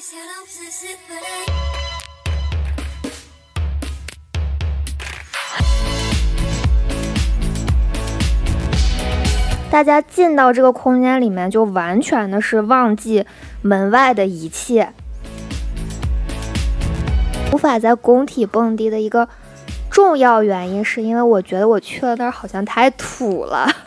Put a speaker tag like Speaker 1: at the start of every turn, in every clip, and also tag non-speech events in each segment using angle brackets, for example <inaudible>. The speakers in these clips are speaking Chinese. Speaker 1: ser obsessiv för dig
Speaker 2: “大家进到这个空间里面，就完全的是忘记门外的一切，无法在工体蹦迪的一个重要原因，是因为我觉得我去了那儿好像太土了。 <laughs>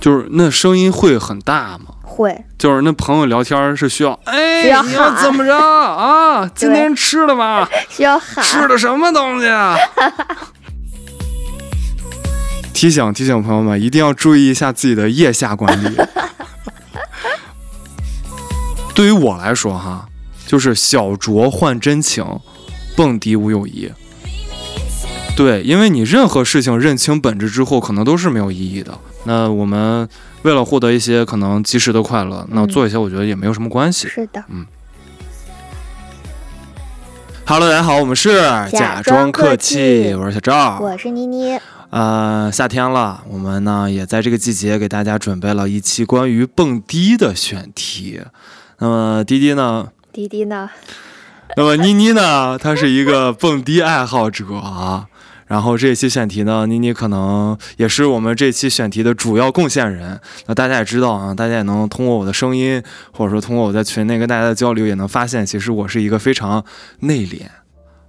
Speaker 3: 就是那声音会很大吗？
Speaker 2: 会，
Speaker 3: 就是那朋友聊天是需要，哎，
Speaker 2: 需要
Speaker 3: 你要
Speaker 2: 喊
Speaker 3: 怎么着啊？今天吃了吗？
Speaker 2: 需要喊。
Speaker 3: 吃的什么东西？
Speaker 2: <laughs>
Speaker 3: 啊？提醒提醒朋友们，一定要注意一下自己的腋下管
Speaker 2: <laughs>
Speaker 3: 理。对于我来说，哈，就是小酌换真情，蹦迪无友谊。对，因为你任何事情认清本质之后，可能都是没有意义的。那我们为了获得一些可能及时的快乐，那
Speaker 2: 嗯
Speaker 3: 做一些我觉得也没有什么关系。
Speaker 2: 是的，
Speaker 3: Hello，大家好，我们是
Speaker 2: 假
Speaker 3: 装
Speaker 2: 装
Speaker 3: 客
Speaker 2: 客
Speaker 3: 气，
Speaker 2: 气
Speaker 3: 我是小赵，
Speaker 2: 我是妮妮。
Speaker 3: 呃，夏天了，我们呢也在这个季节给大家准备了一期关于蹦迪的选题。那么滴滴呢？
Speaker 2: 滴滴呢？
Speaker 3: 那么妮妮呢？她是一个蹦迪爱好者啊。然后这期选题呢，妮妮可能也是我们这期选题的主要贡献人。那大家也知道啊，大家也能通过我的声音，或者说通过我在群内跟大家的交流，也能发现，其实我是一个非常内敛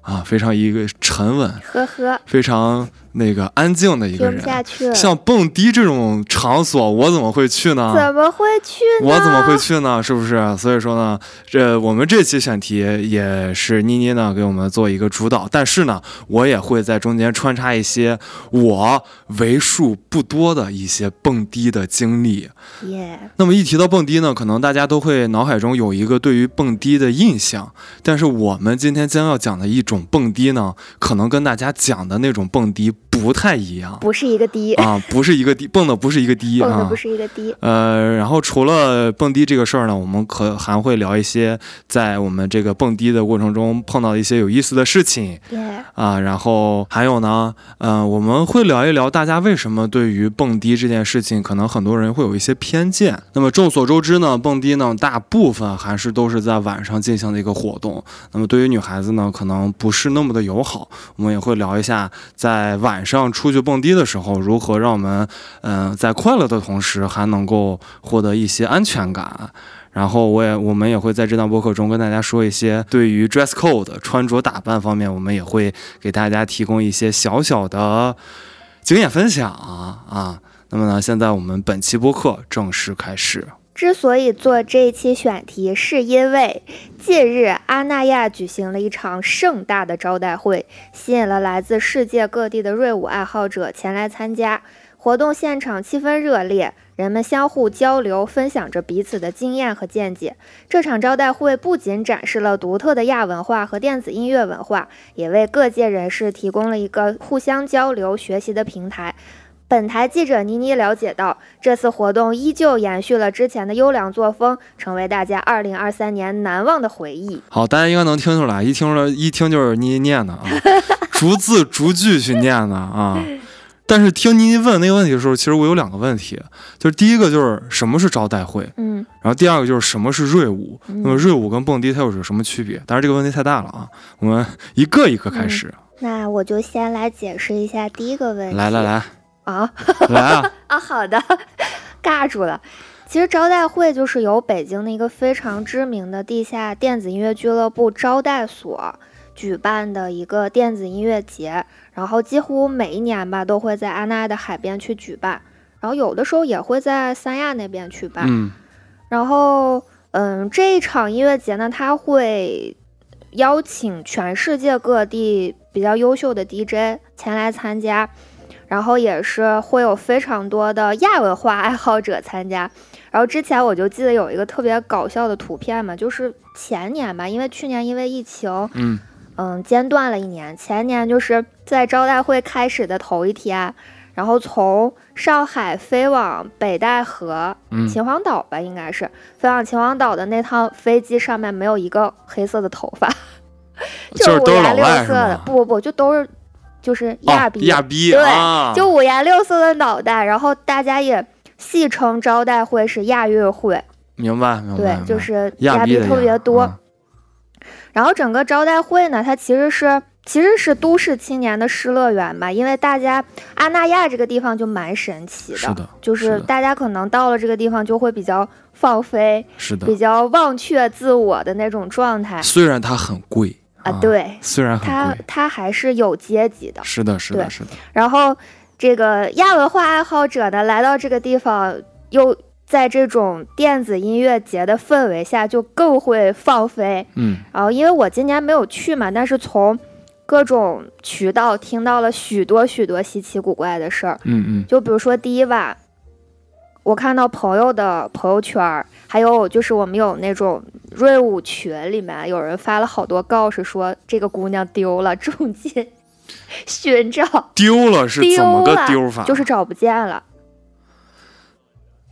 Speaker 3: 啊，非常一个沉稳、
Speaker 2: 呵呵，
Speaker 3: 非常那个安静的一
Speaker 2: 听
Speaker 3: 个
Speaker 2: 不
Speaker 3: 人。
Speaker 2: 下去了。
Speaker 3: 像蹦迪这种场所，我怎么会去呢？
Speaker 2: 怎么会去呢？
Speaker 3: 我怎么会去呢？是不是？所以说呢，这我们这期选题也是妮妮呢给我们做一个主导，但是呢，我也会在中间穿插一些我为数不多的一些蹦迪的经历。
Speaker 2: 耶
Speaker 3: 那么一提到蹦迪呢，可能大家都会脑海中有一个对于蹦迪的印象，但是我们今天将要讲的一种蹦迪呢，可能跟大家讲的那种蹦迪不太一样。
Speaker 2: 不是一个滴，
Speaker 3: <laughs> 啊，不是一个低，蹦的不是一个低
Speaker 2: 蹦的
Speaker 3: 啊
Speaker 2: 不。是一个滴。
Speaker 3: 呃，然后除了蹦迪这个事儿呢，我们可还会聊一些在我们这个蹦迪的过程中碰到的一些有意思的事情
Speaker 2: 耶，
Speaker 3: 啊。然后还有呢，呃，我们会聊一聊大家为什么对于蹦迪这件事情，可能很多人会有一些偏见。那么众所周知呢，蹦迪呢大部分还是都是在晚上进行的一个活动。那么对于女孩子呢，可能不是那么的友好。我们也会聊一下，在晚上出去蹦迪的时候，如何让我们，嗯、在快乐的同时，还能够获得一些安全感。然后我也我们也会在这档播客中跟大家说一些对于 dress code 穿着打扮方面，我们也会给大家提供一些小小的经验分享啊。啊那么呢，现在我们本期播客正式开始。
Speaker 2: 之所以做这一期选题，是因为近日阿那亚举行了一场盛大的招待会，吸引了来自世界各地的瑞舞爱好者前来参加。活动现场气氛热烈，人们相互交流，分享着彼此的经验和见解。这场招待会不仅展示了独特的亚文化和电子音乐文化，也为各界人士提供了一个互相交流、学习的平台。本台记者倪妮了解到，这次活动依旧延续了之前的优良作风，成为大家2023年难忘的回忆。
Speaker 3: 好，大家应该能听出来，一听出来 <laughs> 一听就是妮妮念的啊， <laughs> 逐字逐句去念的啊。但是听妮妮问那个问题的时候，其实我有两个问题，就是第一个就是什么是招待会，
Speaker 2: 嗯，
Speaker 3: 然后第二个就是什么是瑞舞。那么
Speaker 2: 嗯
Speaker 3: 瑞舞跟蹦迪它又是有什么区别？当然这个问题太大了啊，我们一个一个开始。
Speaker 2: 那我就先来解释一下第一个问题。
Speaker 3: 来
Speaker 2: <laughs>
Speaker 3: 来来
Speaker 2: 啊
Speaker 3: 来啊，
Speaker 2: 啊，好的， <laughs> 尬住了。其实招待会就是由北京的一个非常知名的地下电子音乐俱乐部招待所举办的一个电子音乐节，然后几乎每一年吧都会在阿那亚的海边去举办，然后有的时候也会在三亚那边去办。
Speaker 3: 嗯，
Speaker 2: 然后，嗯，这一场音乐节呢，它会邀请全世界各地比较优秀的 DJ 前来参加，然后也是会有非常多的亚文化爱好者参加。然后之前我就记得有一个特别搞笑的图片嘛，就是前年吧，因为去年因为疫情，
Speaker 3: 嗯
Speaker 2: 嗯，间断了一年。前年就是在招待会开始的头一天，然后从上海飞往北戴河，
Speaker 3: 嗯
Speaker 2: 秦皇岛吧，应该是飞往秦皇岛的那趟飞机上面没有一个黑色的头发，
Speaker 3: <laughs> 就是
Speaker 2: 是
Speaker 3: 都
Speaker 2: 五
Speaker 3: 是
Speaker 2: 颜
Speaker 3: 老
Speaker 2: 六
Speaker 3: 外是
Speaker 2: 色的
Speaker 3: 吗，？
Speaker 2: 不不不，就都是就是 <laughs> 亚
Speaker 3: 哦，
Speaker 2: 比、
Speaker 3: 亚逼
Speaker 2: 对
Speaker 3: 啊，
Speaker 2: 就五颜六色的脑袋，然后大家也戏称招待会是亚运会，
Speaker 3: 明白明白。
Speaker 2: 对
Speaker 3: 明，白
Speaker 2: 就是
Speaker 3: 亚
Speaker 2: 亚
Speaker 3: 逼
Speaker 2: 逼
Speaker 3: 的
Speaker 2: 特别
Speaker 3: 亚
Speaker 2: 多。
Speaker 3: 嗯
Speaker 2: 然后整个招待会呢，它其实是其实是都市青年的失乐园吧，因为大家阿那亚这个地方就蛮神奇的，
Speaker 3: 是的
Speaker 2: 就是是
Speaker 3: 的
Speaker 2: 大家可能到了这个地方就会比较放飞，
Speaker 3: 是的
Speaker 2: 比，较忘却自我的那种状态
Speaker 3: 虽然它很贵
Speaker 2: 啊，，对。
Speaker 3: 虽然
Speaker 2: 它
Speaker 3: 很贵，
Speaker 2: 它还是有阶级的，
Speaker 3: 是的是的
Speaker 2: 对
Speaker 3: 是的，
Speaker 2: 然后这个亚文化爱好者呢，来到这个地方，又在这种电子音乐节的氛围下，就更会放飞。
Speaker 3: 嗯
Speaker 2: 然啊后因为我今年没有去嘛，但是从各种渠道听到了许多许多稀奇古怪的事儿，
Speaker 3: 嗯嗯，
Speaker 2: 就比如说第一晚。我看到朋友的朋友圈儿，还有就是我们有那种瑞舞群里面有人发了好多告示，说这个姑娘丢了，重金 <laughs> 寻找。
Speaker 3: 丢了是
Speaker 2: 丢
Speaker 3: 怎么个
Speaker 2: 了
Speaker 3: 丢法？
Speaker 2: 就是找不见了。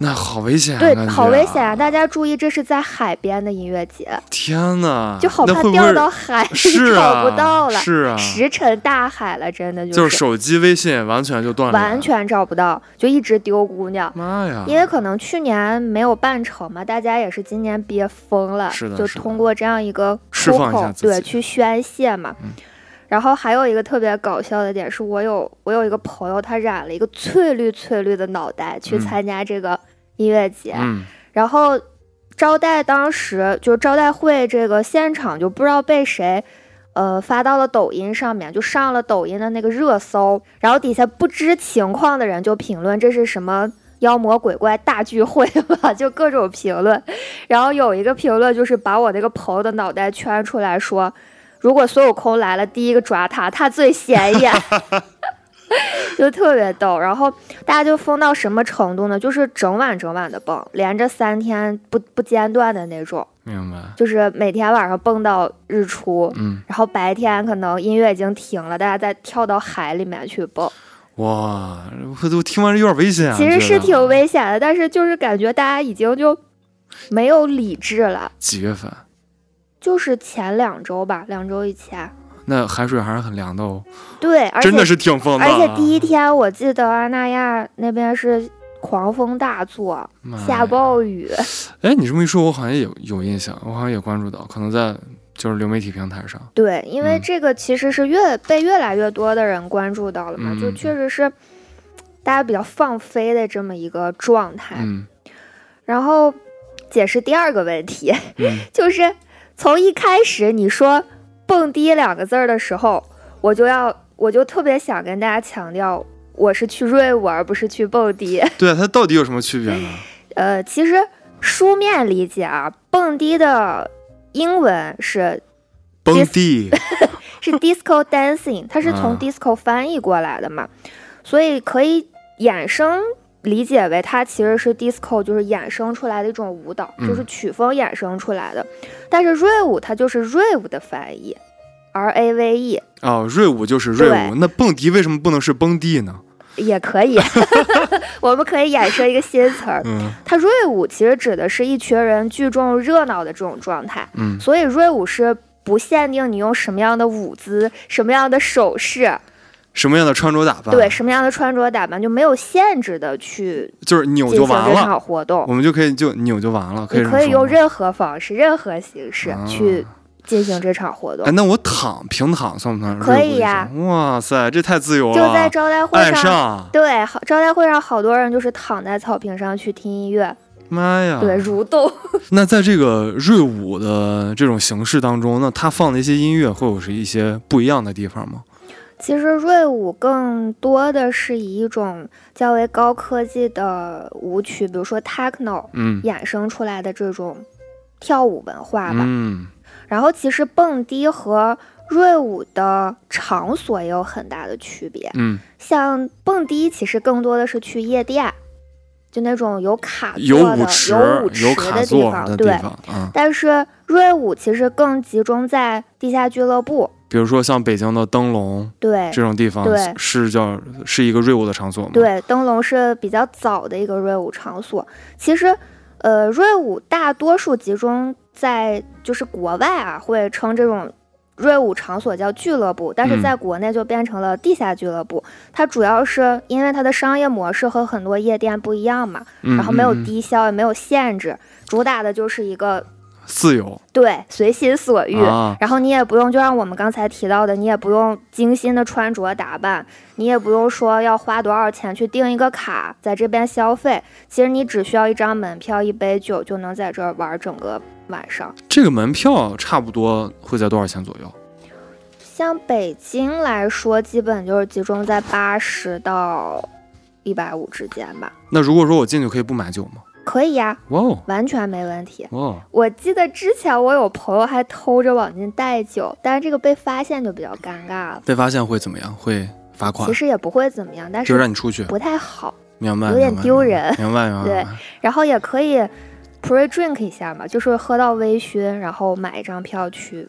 Speaker 3: 那好危险啊，
Speaker 2: 对
Speaker 3: 感，觉
Speaker 2: 好危险
Speaker 3: 啊！
Speaker 2: 啊！大家注意，这是在海边的音乐节，
Speaker 3: 天哪，
Speaker 2: 就好
Speaker 3: 啊那
Speaker 2: 怕
Speaker 3: 会不
Speaker 2: 掉
Speaker 3: 会
Speaker 2: 到海里
Speaker 3: 是
Speaker 2: <laughs>
Speaker 3: 啊，
Speaker 2: 找不到了，
Speaker 3: 是啊，
Speaker 2: 石沉大海了，真的
Speaker 3: 就是
Speaker 2: 是
Speaker 3: 手机微信完全就断了，
Speaker 2: 完全找不到，就一直丢姑娘。
Speaker 3: 妈呀！
Speaker 2: 因为可能去年没有办成嘛，大家也是今年憋疯了，
Speaker 3: 是的
Speaker 2: 就是
Speaker 3: 的
Speaker 2: 通过这样一个
Speaker 3: 释
Speaker 2: 出
Speaker 3: 放一下
Speaker 2: 口
Speaker 3: 自
Speaker 2: 对
Speaker 3: 己嗯
Speaker 2: 去宣泄嘛。然后还有一个特别搞笑的点是，我有我有一个朋友，他染了一个翠绿翠绿的脑袋去
Speaker 3: 嗯
Speaker 2: 参加这个音乐节，
Speaker 3: 嗯，
Speaker 2: 然后招待当时就是招待会这个现场就不知道被谁。呃，发到了抖音上面，就上了抖音的那个热搜，然后底下不知情况的人就评论这是什么妖魔鬼怪大聚会吧， <laughs> 就各种评论。然后有一个评论就是把我那个朋友的脑袋圈出来说，如果孙悟空来了，第一个抓他，他最显眼。就特别逗，然后大家就疯到什么程度呢？就是整晚整晚的蹦，连着三天不不间断的那种，
Speaker 3: 明白。
Speaker 2: 就是每天晚上蹦到日出，
Speaker 3: 嗯，
Speaker 2: 然后白天可能音乐已经停了，大家再跳到海里面去蹦，
Speaker 3: 哇，我都听完这有点危险啊。
Speaker 2: 其实
Speaker 3: 觉
Speaker 2: 是
Speaker 3: 得
Speaker 2: 挺危险的，但是就是感觉大家已经就没有理智了，
Speaker 3: 几月份？
Speaker 2: 就是前两周吧，两周以前，
Speaker 3: 那海水还是很凉的哦，
Speaker 2: 对，而且
Speaker 3: 真的是挺疯的啊。
Speaker 2: 而且第一天我记得阿那亚那边是狂风大作，
Speaker 3: 妈
Speaker 2: 下
Speaker 3: 呀
Speaker 2: 暴雨。
Speaker 3: 哎，你这么一说，我好像也有有印象，我好像也关注到，可能在就是流媒体平台上。
Speaker 2: 对，因为
Speaker 3: 嗯
Speaker 2: 这个其实是越被越来越多的人关注到了嘛，就
Speaker 3: 嗯
Speaker 2: 确实是大家比较放飞的这么一个状态。
Speaker 3: 嗯
Speaker 2: 然后解释第二个问题，
Speaker 3: 嗯，
Speaker 2: <laughs> 就是从一开始你说“蹦迪”两个字儿的时候，我就要我就特别想跟大家强调，我是去瑞舞而不是去蹦迪。
Speaker 3: 对啊，它到底有什么区别呢？
Speaker 2: <laughs> 呃，其实书面理解啊，蹦迪的英文是
Speaker 3: 蹦迪， <laughs>
Speaker 2: 是 disco dancing，它是从
Speaker 3: 啊
Speaker 2: disco 翻译过来的嘛，所以可以衍生理解为它其实是 disco 就是衍生出来的一种舞蹈，
Speaker 3: 嗯
Speaker 2: 就是曲风衍生出来的。但是瑞舞它就是瑞舞的翻译，R A V E
Speaker 3: 哦，瑞舞就是瑞舞，
Speaker 2: 对
Speaker 3: 那蹦迪为什么不能是蹦迪呢？
Speaker 2: 也可以， <laughs> 我们可以衍生一个新词儿。
Speaker 3: 嗯
Speaker 2: 它瑞舞其实指的是一群人聚众热闹的这种状态，
Speaker 3: 嗯，
Speaker 2: 所以瑞舞是不限定你用什么样的舞姿、什么样的手势。
Speaker 3: 什么样的穿着打扮？
Speaker 2: 对，什么样的穿着打扮就没有限制的去
Speaker 3: 就是扭
Speaker 2: 进
Speaker 3: 就
Speaker 2: 行
Speaker 3: 完
Speaker 2: 这
Speaker 3: 了，
Speaker 2: 场活动，
Speaker 3: 我们就可以就扭就完了，可以
Speaker 2: 你
Speaker 3: 这
Speaker 2: 可
Speaker 3: 么
Speaker 2: 以
Speaker 3: 说
Speaker 2: 用
Speaker 3: 吗。啊
Speaker 2: 任何方式、任何形式去进行这场活动
Speaker 3: 哎，。那我躺平躺算不算瑞舞
Speaker 2: 可
Speaker 3: 一种？
Speaker 2: 以呀
Speaker 3: 哇塞，这太自由了！
Speaker 2: 就在招待会
Speaker 3: 爱
Speaker 2: 上，
Speaker 3: 上，
Speaker 2: 对，好，招待会上好多人就是躺在草坪上去听音乐，
Speaker 3: 妈呀！
Speaker 2: 对，蠕动。 <laughs>
Speaker 3: 那在这个瑞舞的这种形式当中，那他放的一些音乐会有是一些不一样的地方吗？
Speaker 2: 其实瑞舞更多的是以一种较为高科技的舞曲，比如说 techno
Speaker 3: 嗯
Speaker 2: 衍生出来的这种跳舞文化吧。
Speaker 3: 嗯，
Speaker 2: 然后其实蹦迪和瑞舞的场所也有很大的区别，
Speaker 3: 嗯，
Speaker 2: 像蹦迪其实更多的是去夜店，就那种有卡啊座的、
Speaker 3: 有舞池，
Speaker 2: 有舞
Speaker 3: 有
Speaker 2: 池
Speaker 3: 卡
Speaker 2: 的
Speaker 3: 座
Speaker 2: 地
Speaker 3: 的
Speaker 2: 方，
Speaker 3: 地
Speaker 2: 对。
Speaker 3: 方啊、嗯
Speaker 2: 但是瑞舞其实更集中在地下俱乐部，
Speaker 3: 比如说像北京的灯笼
Speaker 2: 对
Speaker 3: 这种地方
Speaker 2: 对，
Speaker 3: 是叫是一个瑞舞的场所吗？，
Speaker 2: 对，灯笼是比较早的一个瑞舞场所。其实，呃，瑞舞大多数集中在就是国外啊，会称这种瑞舞场所叫俱乐部，但
Speaker 3: 嗯
Speaker 2: 是在国内就变成了地下俱乐部。它主要是因为它的商业模式和很多夜店不一样嘛，
Speaker 3: 嗯、
Speaker 2: 然后没有
Speaker 3: 嗯嗯
Speaker 2: 低消，也没有限制，主打的就是一个
Speaker 3: 自由
Speaker 2: 对随心所欲。
Speaker 3: 啊，
Speaker 2: 然后你也不用，就像我们刚才提到的，你也不用精心的穿着打扮，你也不用说要花多少钱去订一个卡，在这边消费。其实你只需要一张门票、一杯酒，就能在这儿玩整个晚上。
Speaker 3: 这个门票差不多会在多少钱左右？
Speaker 2: 像北京来说，基本就是集中在八十到一百五之间吧。
Speaker 3: 那如果说我进去可以不买酒吗？
Speaker 2: 可以呀、
Speaker 3: 哇哦，
Speaker 2: 完全没问题。
Speaker 3: 哇哦，
Speaker 2: 我记得之前我有朋友还偷着往进带酒，但是这个被发现就比较尴尬了。
Speaker 3: 被发现会怎么样？会罚款
Speaker 2: 其，实也不会怎么样，但
Speaker 3: 就是让你出去，
Speaker 2: 不太好。
Speaker 3: 明白？
Speaker 2: 有点
Speaker 3: 明白
Speaker 2: 丢人
Speaker 3: 明白明白。
Speaker 2: 对
Speaker 3: 明白
Speaker 2: 然后也可以 pre drink 一下嘛，就是喝到微醺，然后买一张票去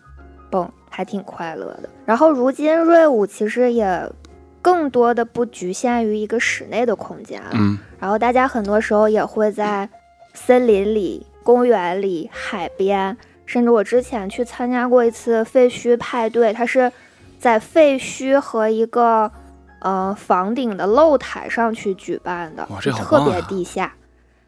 Speaker 2: 蹦，还挺快乐的。然后如今瑞舞其实也更多的不局限于一个室内的空间啊了，
Speaker 3: 嗯，
Speaker 2: 然后大家很多时候也会在森林里、公园里、海边，甚至我之前去参加过一次废墟派对，它是在废墟和一个呃房顶的露台上去举办的，
Speaker 3: 哇这好
Speaker 2: 特
Speaker 3: 棒
Speaker 2: 别
Speaker 3: 啊
Speaker 2: 地下。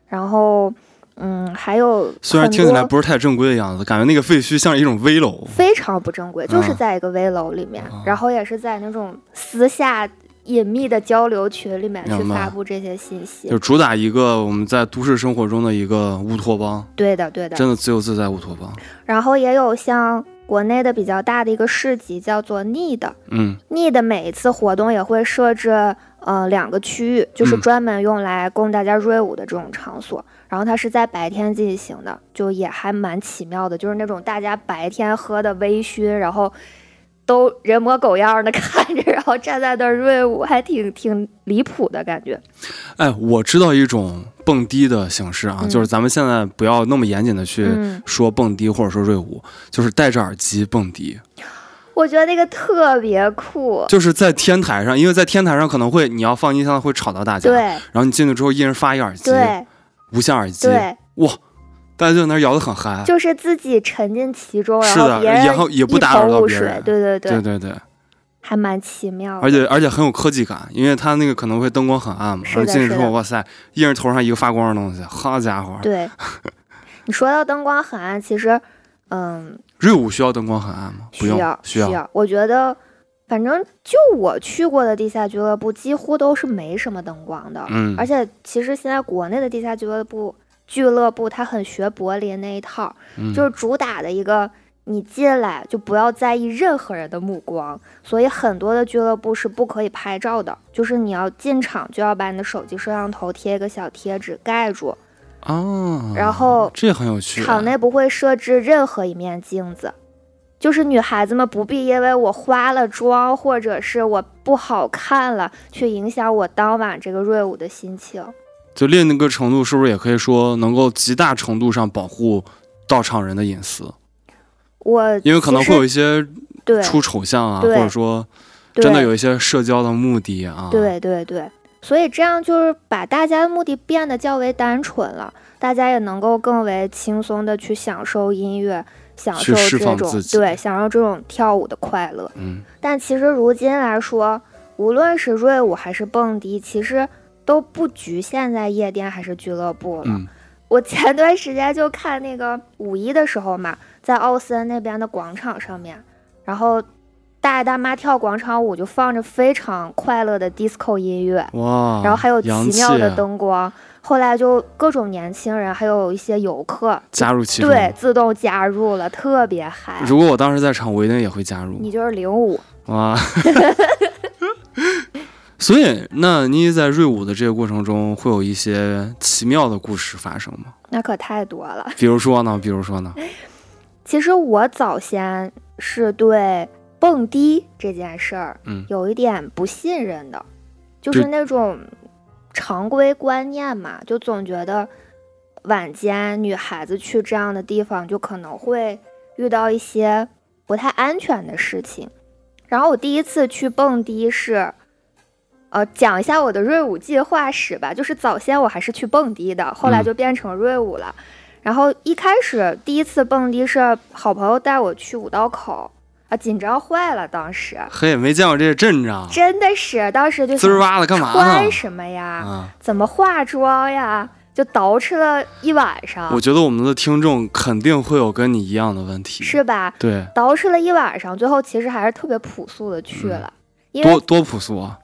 Speaker 2: 然后，嗯，还有
Speaker 3: 虽然
Speaker 2: 很
Speaker 3: 听起来
Speaker 2: 多
Speaker 3: 不是太正规的样子，感觉那个废墟像一种危楼。
Speaker 2: 非常不正规，就是
Speaker 3: 啊
Speaker 2: 在一个危楼里面，
Speaker 3: 啊
Speaker 2: 然后也是在那种私下隐秘的交流群里面去
Speaker 3: 明白
Speaker 2: 发布这些信息
Speaker 3: 就。主打一个我们在都市生活中的一个乌托邦，
Speaker 2: 对的，对的。
Speaker 3: 真的自由自在乌托邦。
Speaker 2: 然后也有像国内的比较大的一个市集叫做 Need，Need
Speaker 3: 嗯，
Speaker 2: 每一次活动也会设置呃两个区域，就是
Speaker 3: 嗯
Speaker 2: 专门用来供大家瑞舞的这种场所。然后它是在白天进行的，就也还蛮奇妙的，就是那种大家白天喝的微醺，然后。都人模狗样的看着， <laughs> 然后站在那儿瑞舞，还挺挺离谱的感觉。
Speaker 3: 哎，我知道一种蹦迪的形式啊，
Speaker 2: 嗯
Speaker 3: 就是咱们现在不要那么严谨的去
Speaker 2: 嗯
Speaker 3: 说蹦迪或者说瑞舞，就是戴着耳机蹦迪，
Speaker 2: 我觉得那个特别酷，
Speaker 3: 就是在天台上，因为在天台上可能会你要放音箱会吵到大家，然
Speaker 2: 对
Speaker 3: 后你进去之后一人发一耳机，
Speaker 2: 对
Speaker 3: 无线耳机，
Speaker 2: 对，
Speaker 3: 哇，大家就在那儿摇得很嗨，
Speaker 2: 就是自己沉浸其中，
Speaker 3: 啊是的
Speaker 2: 别人
Speaker 3: 然后也不打扰到别人
Speaker 2: 一头雾水对对对，
Speaker 3: 对对对，
Speaker 2: 还蛮奇妙的。
Speaker 3: 而且而且很有科技感，因为它那个可能会灯光很暗嘛，
Speaker 2: 是
Speaker 3: 然后
Speaker 2: 的
Speaker 3: 进去
Speaker 2: 是
Speaker 3: 之后，
Speaker 2: 的
Speaker 3: 哇塞，一人头上一个发光的东西，好家伙， <laughs>
Speaker 2: 对，你说到灯光很暗，其实，嗯，
Speaker 3: 瑞舞需要灯光很暗吗？不
Speaker 2: 需
Speaker 3: 用，
Speaker 2: 要
Speaker 3: 需要。
Speaker 2: 我觉得，反正就我去过的地下俱乐部，几乎都是没什么灯光的。
Speaker 3: 嗯
Speaker 2: 而且其实现在国内的地下俱乐部，俱乐部它很学柏林那一套，
Speaker 3: 嗯
Speaker 2: 就是主打的一个。你进来就不要在意任何人的目光，所以很多的俱乐部是不可以拍照的，就是你要进场就要把你的手机摄像头贴一个小贴纸盖住，
Speaker 3: 啊，
Speaker 2: 然后
Speaker 3: 这很有趣。啊
Speaker 2: 场内不会设置任何一面镜子，就是女孩子们不必因为我花了妆或者是我不好看了，去影响我当晚这个瑞舞的心情。
Speaker 3: 就另一个程度，是不是也可以说能够极大程度上保护到场人的隐私？
Speaker 2: 我
Speaker 3: 因为可能
Speaker 2: 其
Speaker 3: 会
Speaker 2: 实
Speaker 3: 有一些
Speaker 2: 对
Speaker 3: 出丑相啊，或
Speaker 2: 对
Speaker 3: 者说
Speaker 2: 对
Speaker 3: 真的有一些社交的目的啊。，
Speaker 2: 对对对，所以这样就是把大家的目的变得较为单纯了，大家也能够更为轻松的去享受音乐，享
Speaker 3: 去
Speaker 2: 受
Speaker 3: 释
Speaker 2: 这
Speaker 3: 放
Speaker 2: 种
Speaker 3: 自己
Speaker 2: 对享受这种跳舞的快乐。
Speaker 3: 嗯，
Speaker 2: 但其实如今来说，无论是瑞舞还是蹦迪，其实都不局限在夜店还是俱乐部了。
Speaker 3: 嗯
Speaker 2: 我前段时间就看那个五一的时候嘛，在奥森那边的广场上面，然后大爷大妈跳广场舞就放着非常快乐的 disco 音乐，
Speaker 3: 哇，
Speaker 2: 然后还有奇
Speaker 3: 啊洋气啊
Speaker 2: 妙的灯光。后来就各种年轻人，还有一些游客，
Speaker 3: 加入其中。
Speaker 2: 对，自动加入了，特别嗨。
Speaker 3: 如果我当时在场，我一定也会加入
Speaker 2: 你就是零五，
Speaker 3: <laughs> 哇。 <laughs> 所以，那你在瑞舞的这个过程中，会有一些奇妙的故事发生吗？
Speaker 2: 那可太多了。
Speaker 3: 比如说呢？比如说呢？
Speaker 2: 其实我早先是对蹦迪这件事儿，
Speaker 3: 嗯
Speaker 2: 有一点不信任的，就
Speaker 3: 对
Speaker 2: 是那种常规观念嘛，就总觉得晚间女孩子去这样的地方，就可能会遇到一些不太安全的事情。然后我第一次去蹦迪是。呃，讲一下我的瑞舞计划史吧。就是早先我还是去蹦迪的，后来
Speaker 3: 嗯
Speaker 2: 就变成瑞舞了。然后一开始第一次蹦迪是好朋友带我去五道口啊，紧张坏了，当时
Speaker 3: 嘿，没见过这个阵仗，
Speaker 2: 真的是当时就
Speaker 3: 滋儿
Speaker 2: 想
Speaker 3: 哇的干嘛呢
Speaker 2: 穿？什么呀，
Speaker 3: 啊，
Speaker 2: 怎么化妆呀，就捯饬了一晚上
Speaker 3: 我，觉得我们的听众肯定会有跟你一样的问题，
Speaker 2: 是吧？
Speaker 3: 对，
Speaker 2: 捯饬了一晚上，最后其实还是特别朴素的去了，因
Speaker 3: 嗯多
Speaker 2: 为
Speaker 3: 多朴素啊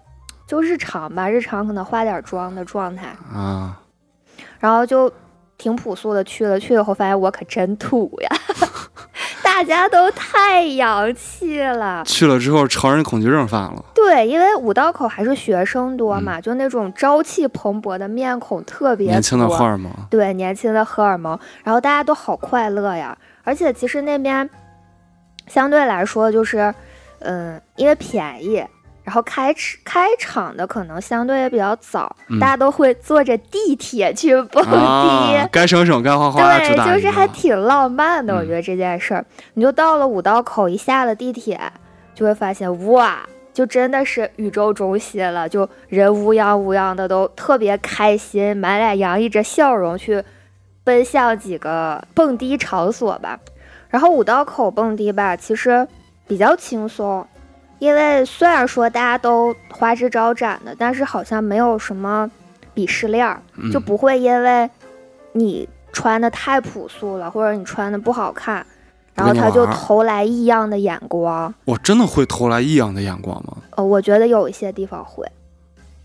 Speaker 2: 就日常吧，日常可能化点妆的状态，
Speaker 3: 啊！
Speaker 2: 然后就挺朴素的去了。去了以后发现我可真土呀， <laughs> 大家都太洋气了。
Speaker 3: 去了之后，潮人恐惧症犯了，
Speaker 2: 对，因为五道口还是学生多嘛，就那种朝气蓬勃的面孔特别多。
Speaker 3: 嗯
Speaker 2: 啊
Speaker 3: 年轻的荷尔
Speaker 2: <laughs>
Speaker 3: 蒙，
Speaker 2: 对，年轻的荷尔蒙，然后大家都好快乐呀。而且其实那边相对来说就是，嗯，因为便宜，然后开吃开场的可能相对也比较早，
Speaker 3: 嗯
Speaker 2: 大家都会坐着地铁去蹦迪。
Speaker 3: 啊，该省省，该花花，主打
Speaker 2: 哦对，就
Speaker 3: 一
Speaker 2: 是
Speaker 3: 个
Speaker 2: 还挺浪漫的，我
Speaker 3: 嗯
Speaker 2: 觉得这件事儿。你就到了五道口，一下了地铁，就会发现哇，就真的是宇宙中心了，就人乌泱乌泱的，都特别开心，满脸洋溢着笑容去奔向几个蹦迪场所吧。然后五道口蹦迪吧，其实比较轻松，因为虽然说大家都花枝招展的，但是好像没有什么鄙视链儿。
Speaker 3: 嗯
Speaker 2: 就不会因为你穿的太朴素了，或者你穿的不好看，然后
Speaker 3: 不跟你
Speaker 2: 他就
Speaker 3: 玩儿
Speaker 2: 投来异样的眼光。
Speaker 3: 我真的会投来异样的眼光吗？
Speaker 2: 呃，我觉得有一些地方会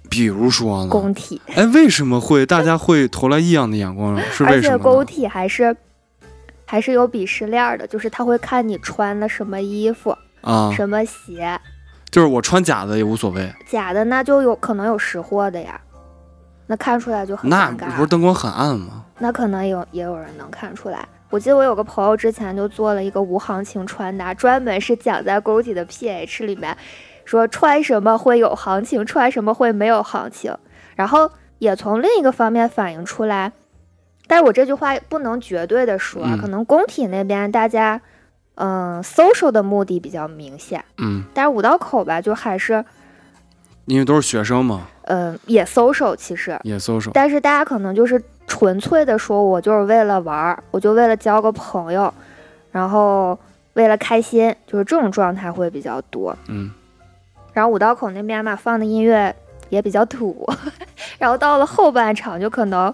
Speaker 3: 比如说呢？
Speaker 2: 工体，
Speaker 3: <laughs> 哎，为什么会大家会投来异样的眼光呢？啊是
Speaker 2: 而
Speaker 3: 为什
Speaker 2: 且
Speaker 3: 么
Speaker 2: 工
Speaker 3: 呢？
Speaker 2: 体还是还是有鄙视链儿的，就是他会看你穿的什么衣服、
Speaker 3: 啊，
Speaker 2: 什么鞋，
Speaker 3: 就是我穿假的也无所谓，
Speaker 2: 假的那就有可能有识货的呀。那看出来就很
Speaker 3: 那
Speaker 2: 尴
Speaker 3: 不
Speaker 2: 尬，
Speaker 3: 是灯光很暗吗？
Speaker 2: 那可能有也有人能看出来。我记得我有个朋友之前就做了一个无行情穿搭，专门是讲在工体的 PH 里面，说穿什么会有行情，穿什么会没有行情。然后也从另一个方面反映出来，但是我这句话不能绝对的说啊，
Speaker 3: 嗯
Speaker 2: 可能工体那边大家，嗯、social 的目的比较明显，
Speaker 3: 嗯，
Speaker 2: 但是五道口吧，就还是，
Speaker 3: 因为都是学生嘛，
Speaker 2: 嗯、也 social 其实，
Speaker 3: 也搜搜。
Speaker 2: 但是大家可能就是纯粹的说，我就是为了玩儿，我就为了交个朋友，然后为了开心，就是这种状态会比较多。
Speaker 3: 嗯，
Speaker 2: 然后五道口那边嘛，放的音乐也比较土， <laughs> 然后到了后半场就可能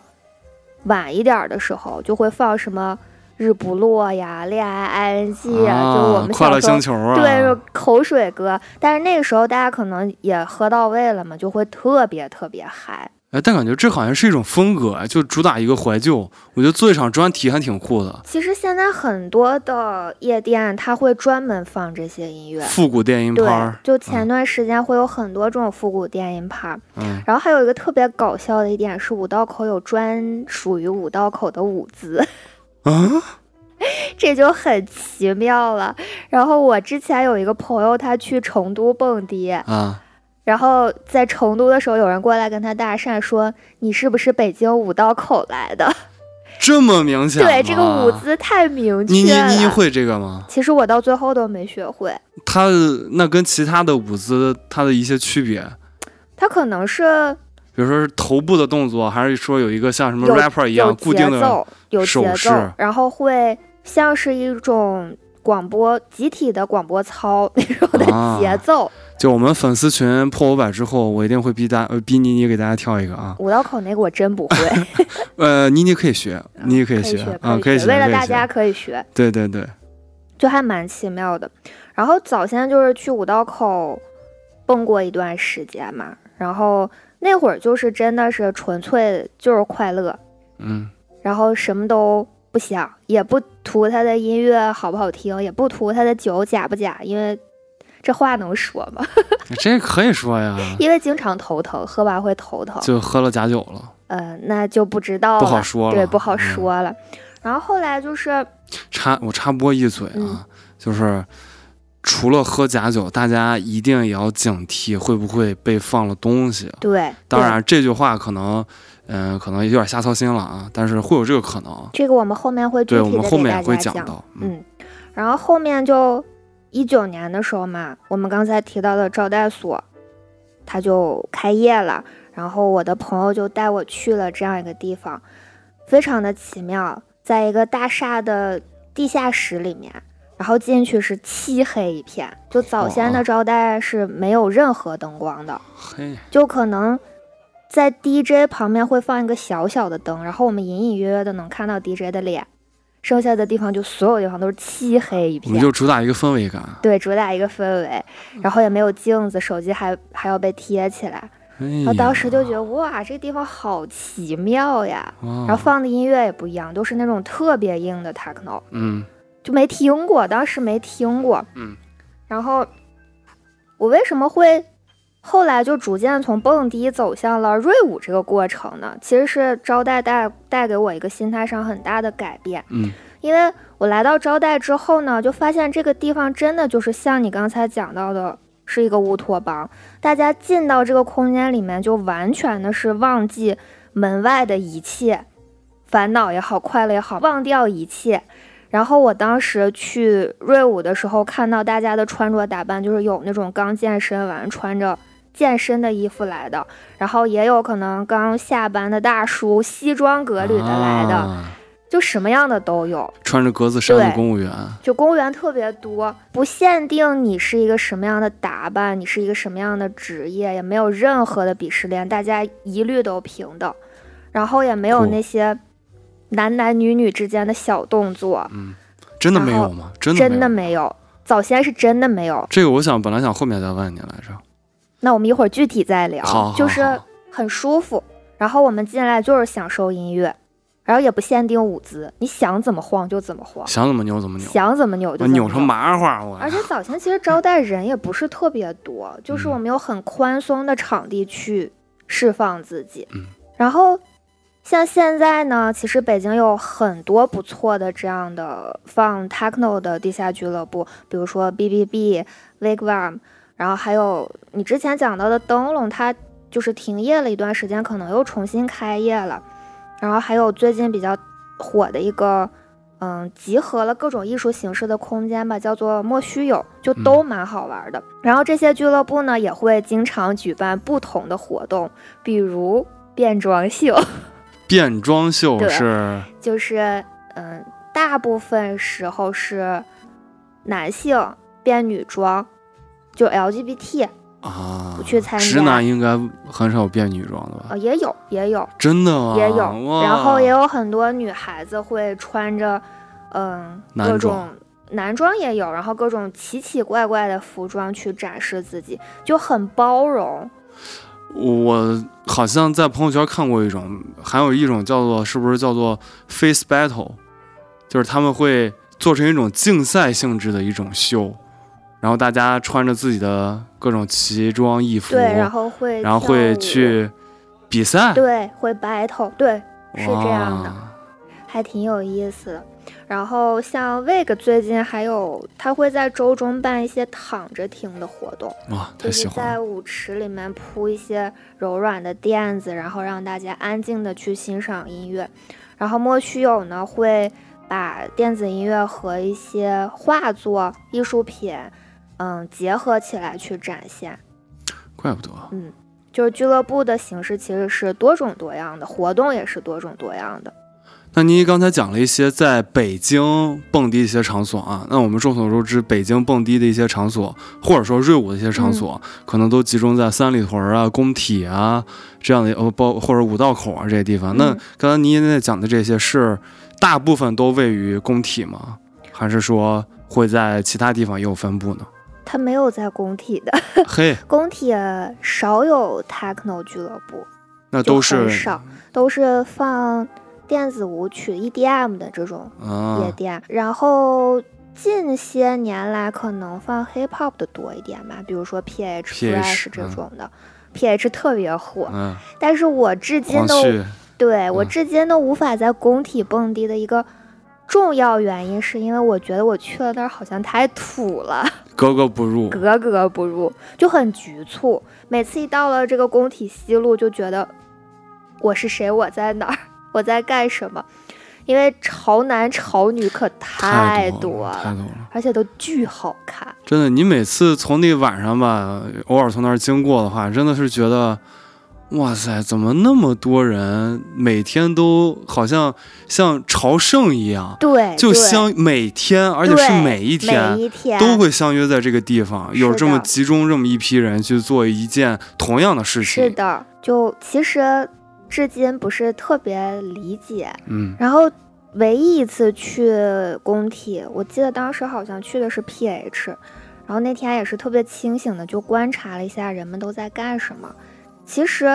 Speaker 2: 晚一点儿的时候就会放什么日不落呀、恋爱 ing 呀，啊就我们
Speaker 3: 啊快
Speaker 2: 小
Speaker 3: 乐
Speaker 2: 时候
Speaker 3: 星球啊，
Speaker 2: 对，就口水歌。但是那个时候大家可能也喝到位了嘛，就会特别特别嗨。
Speaker 3: 哎，但感觉这好像是一种风格，就主打一个怀旧。我觉得做一场专题还挺酷的，
Speaker 2: 其实现在很多的夜店，它会专门放这些音乐。
Speaker 3: 复古电音趴
Speaker 2: 对
Speaker 3: 儿，，
Speaker 2: 就前段时间会有很多这种复古电音趴，
Speaker 3: 嗯，
Speaker 2: 然后还有一个特别搞笑的一点是，五道口有专属于五道口的舞姿， <laughs>
Speaker 3: 啊，
Speaker 2: 这就很奇妙了。然后我之前有一个朋友，他去成都蹦迪，
Speaker 3: 啊，
Speaker 2: 然后在成都的时候，有人过来跟他搭讪说：“你是不是北京五道口来的
Speaker 3: 这么明？”显吗？
Speaker 2: 对，这个舞姿太明
Speaker 3: 你你
Speaker 2: 确
Speaker 3: 你
Speaker 2: 了。
Speaker 3: 会这个吗？
Speaker 2: 其实我到最后都没学会。
Speaker 3: 它那跟其他的舞姿它的一些区别，
Speaker 2: 它可能是
Speaker 3: 比如说是头部的动作，还是说有一个像什么
Speaker 2: 有
Speaker 3: rapper 一样
Speaker 2: 有
Speaker 3: 固定
Speaker 2: 节
Speaker 3: 的
Speaker 2: 奏，有节
Speaker 3: 手
Speaker 2: 奏
Speaker 3: 势，
Speaker 2: 然后会像是一种广播集体的广播操那种的节
Speaker 3: 啊？
Speaker 2: 奏。
Speaker 3: 就我们粉丝群破五百之后，我一定会逼大呃逼妮妮给大家跳一个啊。
Speaker 2: 五道口那个我真不
Speaker 3: <laughs>
Speaker 2: 会，
Speaker 3: 呃，妮妮可以学，妮妮可以
Speaker 2: 以
Speaker 3: 学
Speaker 2: 学，
Speaker 3: 啊，可
Speaker 2: 可
Speaker 3: 以
Speaker 2: 学。
Speaker 3: 学，
Speaker 2: 为
Speaker 3: 可
Speaker 2: 了
Speaker 3: 以
Speaker 2: 大
Speaker 3: 学
Speaker 2: 家可以学，
Speaker 3: 对对对，
Speaker 2: 就还蛮奇妙的。然后早先就是去五道口蹦过一段时间嘛，然后那会儿就是真的是纯粹就是快乐，
Speaker 3: 嗯，
Speaker 2: 然后什么都不想，也不图他的音乐好不好听，也不图他的酒假不假，因为这话能说吗？ <laughs>
Speaker 3: 这可以说呀，
Speaker 2: 因为经常头疼，喝完会头疼，
Speaker 3: 就喝了假酒了，
Speaker 2: 呃，那就不知道了，
Speaker 3: 不好说了
Speaker 2: 对，不好
Speaker 3: 嗯
Speaker 2: 说了。然后后来就是，
Speaker 3: 插我插播一嘴啊，
Speaker 2: 嗯
Speaker 3: 就是除了喝假酒，大家一定也要警惕会不会被放了东西。
Speaker 2: 对，对
Speaker 3: 当然，这句话可能，嗯、可能有点瞎操心了啊，但是会有这个可能。
Speaker 2: 这个我们后面会具
Speaker 3: 对我
Speaker 2: 体
Speaker 3: 们
Speaker 2: 的
Speaker 3: 后
Speaker 2: 给
Speaker 3: 面也
Speaker 2: 大
Speaker 3: 会
Speaker 2: 家
Speaker 3: 讲
Speaker 2: 讲。
Speaker 3: 到，嗯
Speaker 2: 嗯，然后后面就一九年的时候嘛，我们刚才提到的招待所，它就开业了。然后我的朋友就带我去了这样一个地方，非常的奇妙，在一个大厦的地下室里面，然后进去是漆黑一片，就早先
Speaker 3: 哇
Speaker 2: 的招待是没有任何灯光的，
Speaker 3: 嘿，
Speaker 2: 就可能在 DJ 旁边会放一个小小的灯，然后我们隐隐约约的能看到 DJ 的脸，剩下的地方就所有地方都是漆黑一
Speaker 3: 我们
Speaker 2: 片。
Speaker 3: 就主打一个氛围感。
Speaker 2: 对，主打一个氛围，然后也没有镜子，手机还还要被贴起来。
Speaker 3: 哎
Speaker 2: 我
Speaker 3: 呀，
Speaker 2: 当时就觉得哇，这地方好奇妙呀！
Speaker 3: 哇
Speaker 2: 然后放的音乐也不一样，都是那种特别硬的 techno，
Speaker 3: 嗯
Speaker 2: 就没听过，当时没听过。
Speaker 3: 嗯，
Speaker 2: 然后我为什么会后来就逐渐从蹦迪走向了瑞舞这个过程呢？其实是招待带带给我一个心态上很大的改变，
Speaker 3: 嗯
Speaker 2: 因为我来到招待之后呢，就发现这个地方真的就是像你刚才讲到的。是一个乌托邦，大家进到这个空间里面，就完全的是忘记门外的一切，烦恼也好，快乐也好，忘掉一切。然后我当时去瑞舞的时候，看到大家的穿着打扮，就是有那种刚健身完穿着健身的衣服来的，然后也有可能刚下班的大叔西装革履的来的，
Speaker 3: 啊
Speaker 2: 就什么样的都有。
Speaker 3: 穿着格子衫的
Speaker 2: 对
Speaker 3: 公务员，
Speaker 2: 就公务员特别多，不限定你是一个什么样的打扮，你是一个什么样的职业，也没有任何的鄙视链，大家一律都平等，然后也没有
Speaker 3: 酷
Speaker 2: 那些男男女女之间的小动作，
Speaker 3: 真的没
Speaker 2: 然后
Speaker 3: 有吗？嗯真的
Speaker 2: 真
Speaker 3: 没
Speaker 2: 的
Speaker 3: 有。
Speaker 2: 没有。早先是真的没有，
Speaker 3: 这个我想本来想后面再问你来着。
Speaker 2: 那我们一会儿具体再聊，
Speaker 3: 好好
Speaker 2: 就是
Speaker 3: 好
Speaker 2: 很舒服。然后我们进来就是享受音乐，然后也不限定舞姿，你想怎么晃就怎么晃，
Speaker 3: 想怎么扭怎么扭，
Speaker 2: 想怎么扭就
Speaker 3: 我
Speaker 2: 怎么
Speaker 3: 扭成麻花我。
Speaker 2: 而且早前其实招待人也不是特别多，就是我们有很宽松的场地去释放自己。
Speaker 3: 嗯
Speaker 2: 然后像现在呢，其实北京有很多不错的这样的放 techno 的地下俱乐部，比如说 B B B、Wigwam，然后还有你之前讲到的灯笼，它就是停业了一段时间，可能又重新开业了。然后还有最近比较火的一个，嗯，集合了各种艺术形式的空间吧，叫做莫须有，就都蛮好玩的。然后这些俱乐部呢，也会经常举办不同的活动，比如变装秀， <laughs>
Speaker 3: 变装秀
Speaker 2: 对
Speaker 3: 是
Speaker 2: 就是嗯，大部分时候是男性变女装，就 LGBT
Speaker 3: 啊
Speaker 2: 我，去参加
Speaker 3: 直男应该很少有变女装的吧？
Speaker 2: 呃也有也有，
Speaker 3: 真的吗？
Speaker 2: 也有，
Speaker 3: 啊哇
Speaker 2: 然后也有很多女孩子会穿着，嗯，
Speaker 3: 男
Speaker 2: 各种
Speaker 3: 装
Speaker 2: 男装也有，然后各种奇奇怪怪的服装去展示自己，就很包容。
Speaker 3: 我好像在朋友圈看过一种，还有一种叫做是不是叫做 face battle，就是他们会做成一种竞赛性质的一种秀，然后大家穿着自己的各种奇装异服，
Speaker 2: 对，然后会
Speaker 3: 然后会
Speaker 2: 跳舞，
Speaker 3: 去比赛，
Speaker 2: 对，会 battle，对，是这样的，
Speaker 3: 哇
Speaker 2: 还挺有意思的。然后像 Wig 最近还有，他会在周中办一些躺着听的活动，
Speaker 3: 哇，太
Speaker 2: 就
Speaker 3: 喜
Speaker 2: 是
Speaker 3: 欢
Speaker 2: 在
Speaker 3: 了，
Speaker 2: 舞池里面铺一些柔软的垫子，然后让大家安静的去欣赏音乐。然后莫须有呢会把电子音乐和一些画作、艺术品，嗯，结合起来去展现。
Speaker 3: 怪不得
Speaker 2: 就是俱乐部的形式其实是多种多样的，活动也是多种多样的。
Speaker 3: 那您刚才讲了一些在北京蹦迪的一些场所啊，那我们众所周知，北京蹦迪的一些场所，或者说瑞舞的一些场所，可能都集中在三里屯啊、工体啊这样的，呃，包或者五道口啊这些地方。那
Speaker 2: 嗯
Speaker 3: 刚才您在讲的这些是大部分都位于工体吗？还是说会在其他地方也有
Speaker 2: <laughs>
Speaker 3: 分布呢？
Speaker 2: 它没有在工体的， <laughs>
Speaker 3: 嘿，
Speaker 2: 工体少有 techno 俱乐部，
Speaker 3: 那
Speaker 2: 就
Speaker 3: 都
Speaker 2: 很
Speaker 3: 是
Speaker 2: 少，都是放电子舞曲 EDM 的这种夜
Speaker 3: 啊，
Speaker 2: 店，然后近些年来可能放 hip hop 的多一点吧，比如说 PH
Speaker 3: PH
Speaker 2: Fresh 这
Speaker 3: 嗯
Speaker 2: 种的。PH 特别火，
Speaker 3: 嗯，
Speaker 2: 但是我至今
Speaker 3: 黄
Speaker 2: 都
Speaker 3: 旭，
Speaker 2: 对我
Speaker 3: 嗯
Speaker 2: 至今都无法在工体蹦迪的一个重要原因，是因为我觉得我去了那儿好像太土了，
Speaker 3: 格格不入，
Speaker 2: 格格不入，就很局促。每次一到了这个工体西路，就觉得我是谁，我在哪儿， <laughs> 我在干什么，因为潮男潮女可太
Speaker 3: 多
Speaker 2: 多
Speaker 3: 了太
Speaker 2: 了，
Speaker 3: 多了。
Speaker 2: 而且都巨好看。
Speaker 3: 真的，你每次从那晚上吧，偶尔从那儿经过的话，真的是觉得哇塞，怎么那么多人每天都好像像朝圣一样，
Speaker 2: 对，
Speaker 3: 就
Speaker 2: 对
Speaker 3: 相每天，而且是
Speaker 2: 对
Speaker 3: 每一天
Speaker 2: 每一天
Speaker 3: 都会相约在这个地方，有
Speaker 2: 是
Speaker 3: 这
Speaker 2: 的
Speaker 3: 么集中这么一批人去做一件同样的事情。
Speaker 2: 是，的，就其实至今不是特别理解。
Speaker 3: 嗯
Speaker 2: 然后唯一一次去工体，我记得当时好像去的是 PH，然后那天也是特别清醒的，就观察了一下人们都在干什么。其实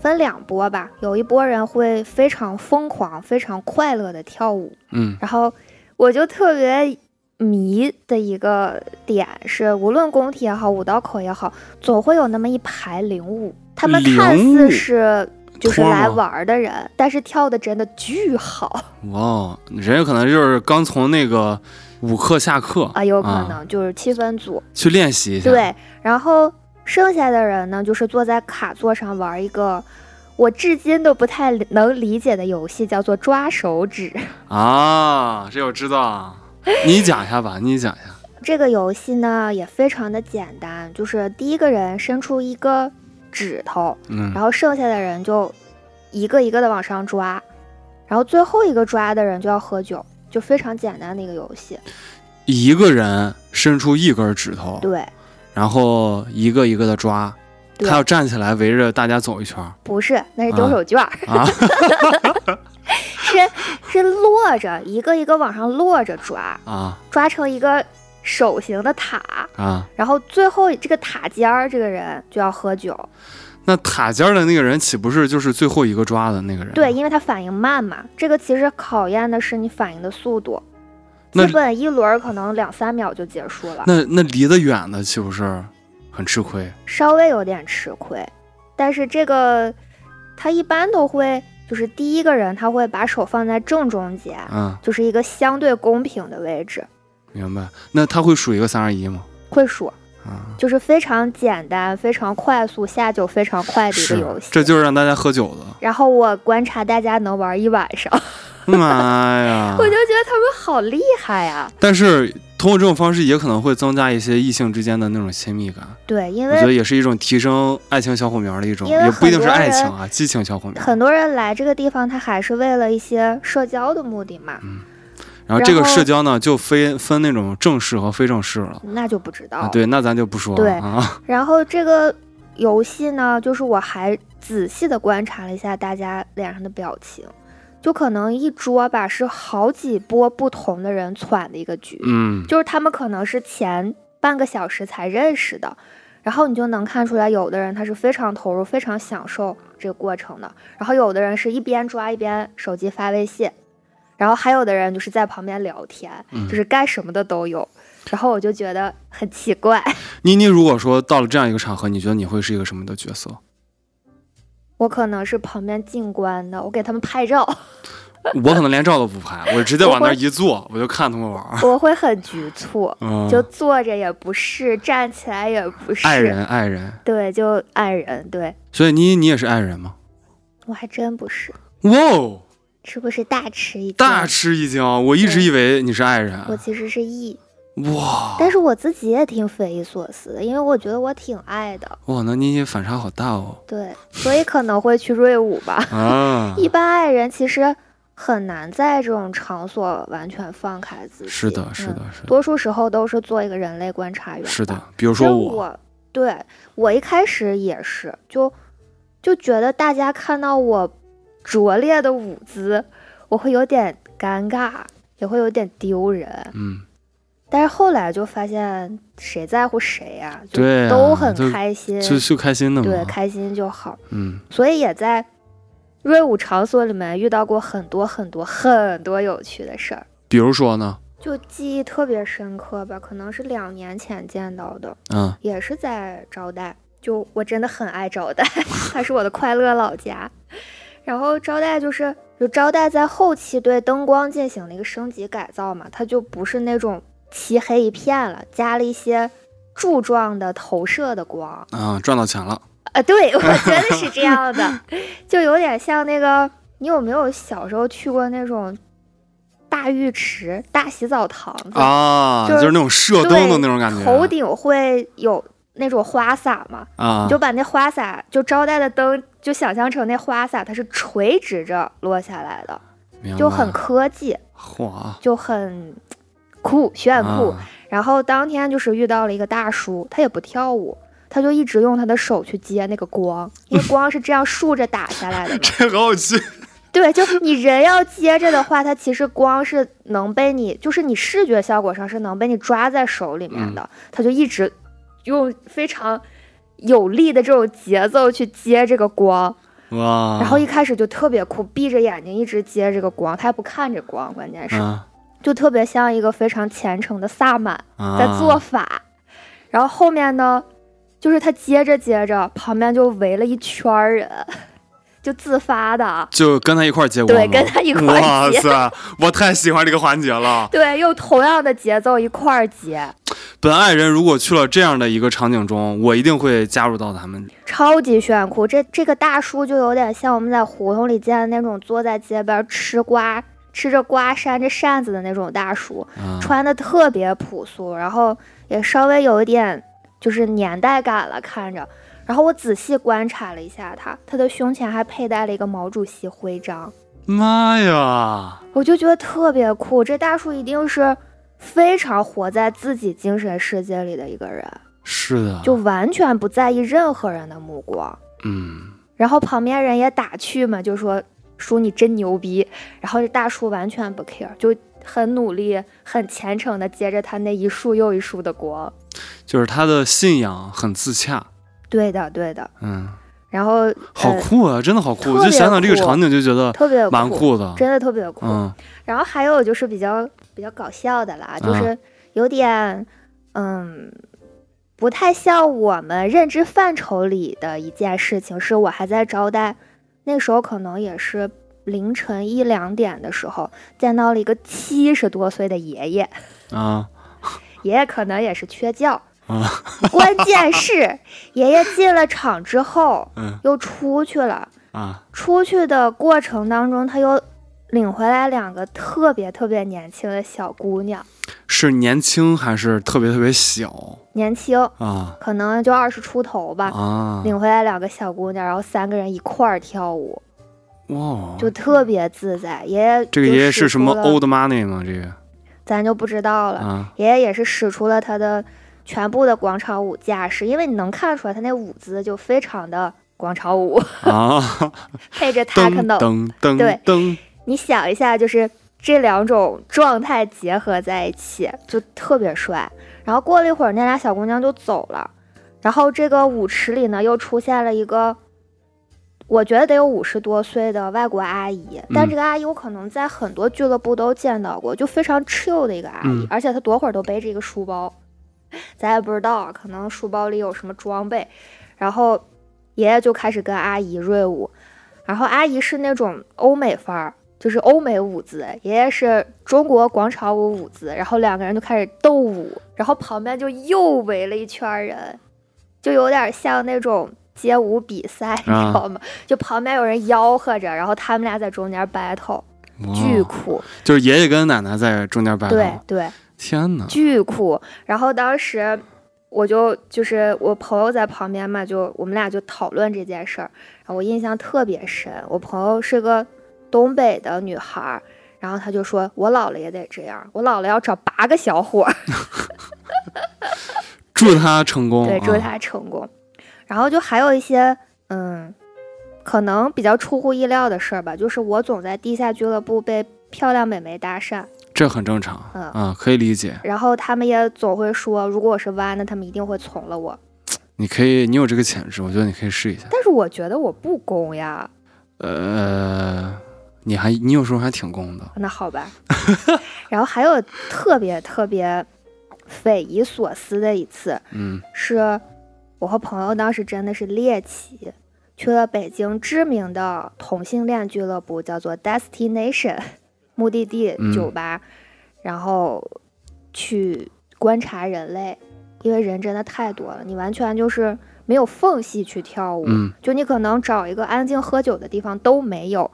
Speaker 2: 分两波吧，有一波人会非常疯狂、非常快乐的跳舞，
Speaker 3: 嗯
Speaker 2: 然后我就特别迷的一个点是，无论工体也好，五道口也好，总会有那么一排领舞，他们看
Speaker 3: 领舞
Speaker 2: 似是就是
Speaker 3: 托儿
Speaker 2: 来
Speaker 3: 吗
Speaker 2: 玩儿的人，但是跳的真的巨好
Speaker 3: 哇哦，人家可能就是刚从那个舞课下课
Speaker 2: 啊，有可能就是气氛组、
Speaker 3: 去练习一下。，
Speaker 2: 对，然后剩下的人呢，就是坐在卡座上玩儿一个。我至今都不太能理解的游戏叫做抓手指，
Speaker 3: 啊，这我知道。你讲一下吧，你讲一下。
Speaker 2: 这个游戏呢也非常的简单，就是第一个人伸出一个指头，
Speaker 3: 嗯
Speaker 2: 然后剩下的人就一个一个的往上抓，然后最后一个抓的人就要喝酒，就非常简单的一个游戏。
Speaker 3: 一个人伸出一根指头，
Speaker 2: 对，
Speaker 3: 然后一个一个的抓，
Speaker 2: 对
Speaker 3: 他要站起来围着大家走一圈儿
Speaker 2: 不是，那是丢手绢儿，
Speaker 3: 啊。
Speaker 2: <laughs> 是是落着一个一个往上落着抓，
Speaker 3: 啊
Speaker 2: 抓成一个手形的塔，
Speaker 3: 啊！
Speaker 2: 然后最后这个塔尖儿这个人就要喝酒。
Speaker 3: 那塔尖儿的那个人岂不是就是最后一个抓的那个人？
Speaker 2: 对，，因为他反应慢嘛，这个其实考验的是你反应的速度。
Speaker 3: 那
Speaker 2: 基本一轮儿可能两三秒就结束了，
Speaker 3: 那那离得远的岂不是很吃亏？
Speaker 2: 稍微有点吃亏。但是这个他一般都会，就是第一个人他会把手放在正中间，
Speaker 3: 嗯，
Speaker 2: 就是一个相对公平的位置，
Speaker 3: 明白。那他会数一个三二一吗？
Speaker 2: 会数，
Speaker 3: 啊，
Speaker 2: 就是非常简单、非常快速、下酒非常快的一个
Speaker 3: 是
Speaker 2: 游，戏。
Speaker 3: 这就是让大家喝酒的。
Speaker 2: 然后我观察大家能玩一晚上，
Speaker 3: 啊妈哎呀！
Speaker 2: <laughs> 我就觉得他们好厉害啊呀、
Speaker 3: 但是通过这种方式，也可能会增加一些异性之间的那种亲密感。
Speaker 2: 对，因
Speaker 3: 我觉
Speaker 2: 为
Speaker 3: 得也是一种提升爱情小火苗的一种，
Speaker 2: 因为
Speaker 3: 也不一定是
Speaker 2: 很多
Speaker 3: 爱
Speaker 2: 人
Speaker 3: 情啊，激情小火苗。
Speaker 2: 很多人来这个地方，他还是为了一些社交的目的嘛，
Speaker 3: 嗯然后这个
Speaker 2: 然后
Speaker 3: 社交呢，就分分那种正式和非正式了。
Speaker 2: 那就不知道了。
Speaker 3: 啊，对，那咱就不说
Speaker 2: 对
Speaker 3: 了啊。 <laughs>
Speaker 2: 然后这个游戏呢，就是我还仔细的观察了一下大家脸上的表情，就可能一桌吧是好几波不同的人攒的一个局，
Speaker 3: 嗯，
Speaker 2: 就是他们可能是前半个小时才认识的，然后你就能看出来，有的人他是非常投入、非常享受这个过程的，然后有的人是一边抓一边手机发微信，然后还有的人就是在旁边聊天，
Speaker 3: 嗯
Speaker 2: 就是干什么的都有，然后我就觉得很奇怪。
Speaker 3: 妮妮，如果说到了这样一个场合，你觉得你会是一个什么的角色？
Speaker 2: 我可能是旁边静观的，我给他们拍照，
Speaker 3: 我可能连照都不拍，我直接往那儿一坐，我就看他们玩儿。
Speaker 2: 我会很局促，
Speaker 3: 嗯，
Speaker 2: 就坐着也不是，站起来也不是，
Speaker 3: 爱人，爱人。
Speaker 2: 对，就爱人，对
Speaker 3: 所以妮妮，你也是爱人吗？
Speaker 2: 我还真不是，
Speaker 3: 哇哦，
Speaker 2: 是不是大吃一惊？
Speaker 3: 大，吃一惊！啊我一直
Speaker 2: 对
Speaker 3: 以为你是爱
Speaker 2: 我
Speaker 3: 人。
Speaker 2: 其实是 E，
Speaker 3: 哇
Speaker 2: 但是我自己也挺匪夷所思的，因为我觉得我挺爱的，
Speaker 3: 哇，那妮妮反差好大哦。
Speaker 2: 对，所以可能会去瑞舞
Speaker 3: <laughs>
Speaker 2: 吧。，
Speaker 3: 啊
Speaker 2: <laughs> 一般爱人其实很难在这种场所完全放开自己，
Speaker 3: 是的，是的
Speaker 2: 嗯，
Speaker 3: 是的，
Speaker 2: 多数时候都是做一个人类观察员吧，
Speaker 3: 是
Speaker 2: <laughs>
Speaker 3: 的。比如
Speaker 2: 其实
Speaker 3: 说我，
Speaker 2: 我对我一开始也是，就就觉得大家看到我拙劣的舞姿，我会有点尴尬，也会有点丢人。
Speaker 3: 嗯，
Speaker 2: 但是后来就发现，谁在乎谁呀、就
Speaker 3: 对啊
Speaker 2: 都很
Speaker 3: 就
Speaker 2: 开心，
Speaker 3: 就就开心的
Speaker 2: 对，
Speaker 3: 嘛。
Speaker 2: 开心就好。
Speaker 3: 嗯，
Speaker 2: 所以也在瑞舞场所里面遇到过很多很多很多有趣的事儿。
Speaker 3: 比如说呢，
Speaker 2: 就记忆特别深刻吧，可能是两年前见到的，
Speaker 3: 嗯，
Speaker 2: 也是在招待，就我真的很爱招待， <laughs> 它是我的快乐老家。然后招待就是，就招待在后期对灯光进行了一个升级改造嘛，它就不是那种漆黑一片了，加了一些柱状的投射的光。
Speaker 3: 啊，赚到钱了。
Speaker 2: 啊，对，我觉得是这样
Speaker 3: <laughs>
Speaker 2: 的，就有点像那个，你有没有小时候去过那种大浴池、大洗澡堂子？
Speaker 3: 啊，
Speaker 2: 就是
Speaker 3: 就是那种射
Speaker 2: 对
Speaker 3: 灯的那种感觉，
Speaker 2: 头顶会有那种花洒嘛，
Speaker 3: 啊
Speaker 2: 你就把那花洒就招待的灯，就想象成那花洒它是垂直着落下来的，
Speaker 3: 明白啊
Speaker 2: 就很科技，
Speaker 3: 嚯， <laughs>
Speaker 2: 就很酷炫酷。
Speaker 3: 啊
Speaker 2: 然后当天就是遇到了一个大叔，他也不跳舞。他就一直用他的手去接那个光，因为光是这样竖着打下来的嘛。
Speaker 3: 这好有趣
Speaker 2: 对，就你人要接着的话，它其实光是能被你，就是你视觉效果上是能被你抓在手里面的。它就一直用非常有力的这种节奏去接这个光，
Speaker 3: 哇！
Speaker 2: 然后一开始就特别酷，闭着眼睛一直接这个光，他也不看这光，关键是、
Speaker 3: 啊
Speaker 2: 就特别像一个非常虔诚的萨满
Speaker 3: 啊
Speaker 2: 在做法。然后后面呢，就是他接着接着，旁边就围了一圈儿人， <laughs> 就自发的啊。
Speaker 3: 就跟他一块儿接光吗，
Speaker 2: 对跟他一块儿
Speaker 3: 哇
Speaker 2: 接
Speaker 3: 塞，我太喜欢这个环节了。
Speaker 2: 对，用同样的节奏一块儿接，
Speaker 3: 本爱人如果去了这样的一个场景中，我一定会加入到他们。
Speaker 2: 超级炫酷。这这个大叔就有点像我们在胡同里见的那种坐在街边吃瓜、吃着瓜扇着扇子的那种大叔，
Speaker 3: 啊
Speaker 2: 穿的特别朴素，然后也稍微有一点就是年代感了，看着。然后我仔细观察了一下他，他的胸前还佩戴了一个毛主席徽章，
Speaker 3: 妈呀！
Speaker 2: 我就觉得特别酷。这大叔一定是非常活在自己精神世界里的一个人。
Speaker 3: 是的，
Speaker 2: 就完全不在意任何人的目光。
Speaker 3: 嗯，
Speaker 2: 然后旁边人也打趣嘛，就说叔你真牛逼。然后这大叔完全不 care，就很努力、很虔诚的接着他那一束又一束的光。
Speaker 3: 就是他的信仰很自洽，
Speaker 2: 对的，对的。
Speaker 3: 嗯，
Speaker 2: 然后
Speaker 3: 好
Speaker 2: 呃、
Speaker 3: 酷啊，真的好酷！
Speaker 2: 特
Speaker 3: 我
Speaker 2: 别
Speaker 3: 就想想这个
Speaker 2: 酷
Speaker 3: 场景就觉得
Speaker 2: 特别
Speaker 3: <laughs> 蛮酷的，啊
Speaker 2: 真的特别酷。
Speaker 3: 嗯
Speaker 2: 然后还有就是比较比较搞笑的啦，就是有点嗯。不太像我们认知范畴里的一件事情，是我还在招待，那时候可能也是凌晨一两点的时候，见到了一个七十多岁的爷爷，
Speaker 3: 啊
Speaker 2: 爷爷可能也是缺觉，
Speaker 3: 啊
Speaker 2: 关键是爷爷进了场之后
Speaker 3: 嗯
Speaker 2: 又出去了，
Speaker 3: 啊
Speaker 2: 出去的过程当中，他又领回来两个特别特别年轻的小姑娘，
Speaker 3: 是年轻还是特别特别小
Speaker 2: 年轻
Speaker 3: 啊
Speaker 2: 可能就二十出头吧。
Speaker 3: 啊？
Speaker 2: 领回来两个小姑娘，然后三个人一块儿跳舞，
Speaker 3: 哇，哦
Speaker 2: 就特别自在。爷爷
Speaker 3: 啊这个
Speaker 2: 就
Speaker 3: 爷爷
Speaker 2: 使
Speaker 3: 是什么
Speaker 2: 出了
Speaker 3: old money 吗？这个
Speaker 2: 咱就不知道了。
Speaker 3: 啊
Speaker 2: 爷爷也是使出了他的全部的广场舞架势，因为你能看出来他那舞姿就非常的广场舞， <laughs>
Speaker 3: 啊，
Speaker 2: 配着
Speaker 3: 噔
Speaker 2: techno，
Speaker 3: 噔噔
Speaker 2: 对
Speaker 3: 噔，
Speaker 2: 你想一下，就是这两种状态结合在一起，就特别帅。然后过了一会儿，那俩小姑娘就走了，然后这个舞池里呢又出现了一个。我觉得得有五十多岁的外国阿姨，但
Speaker 3: 嗯
Speaker 2: 这个阿姨我可能在很多俱乐部都见到过，就非常 chill 的一个阿姨，
Speaker 3: 嗯
Speaker 2: 而且她多会儿都背着一个书包，咱也不知道啊，可能书包里有什么装备。然后爷爷就开始跟阿姨瑞舞，然后阿姨是那种欧美范儿，就是欧美舞姿，爷爷是中国广场舞舞姿，然后两个人就开始斗舞，然后旁边就又围了一圈儿人，就有点像那种街舞比赛，你知道吗？就旁边有人吆喝着，然后他们俩在中间 battle，
Speaker 3: 哇哦
Speaker 2: 巨酷，
Speaker 3: 就是爷爷跟奶奶在中间摆
Speaker 2: 对
Speaker 3: 了，
Speaker 2: 对，
Speaker 3: 天哪！
Speaker 2: 巨酷。然后当时我就就是我朋友在旁边嘛，就我们俩就讨论这件事儿，然后我印象特别深。我朋友是个东北的女孩儿，然后她就说：“我老了也得这样，我老了要找八个小伙儿，
Speaker 3: 祝他成功，
Speaker 2: 对，祝
Speaker 3: 啊、
Speaker 2: 她成功。然后就还有一些嗯，可能比较出乎意料的事儿吧，就是我总在地下俱乐部被漂亮美眉搭讪，
Speaker 3: 这很正常
Speaker 2: 嗯
Speaker 3: 啊，可以理解。
Speaker 2: 然后他们也总会说，如果我是弯的，他们一定会从了我。
Speaker 3: 你可以，你有这个潜质，我觉得你可以试一下。
Speaker 2: 但是我觉得我不攻呀，
Speaker 3: 呃，你还你有时候还挺攻的，
Speaker 2: 那好
Speaker 3: <laughs>
Speaker 2: 吧。然后还有特别特别匪夷所思的一次，
Speaker 3: 嗯
Speaker 2: 是我和朋友当时真的是猎奇，去了北京知名的同性恋俱乐部，叫做 Destination 目的地
Speaker 3: 嗯
Speaker 2: 酒吧，然后去观察人类，因为人真的太多了，你完全就是没有缝隙去跳舞。
Speaker 3: 嗯，
Speaker 2: 就你可能找一个安静喝酒的地方都没有。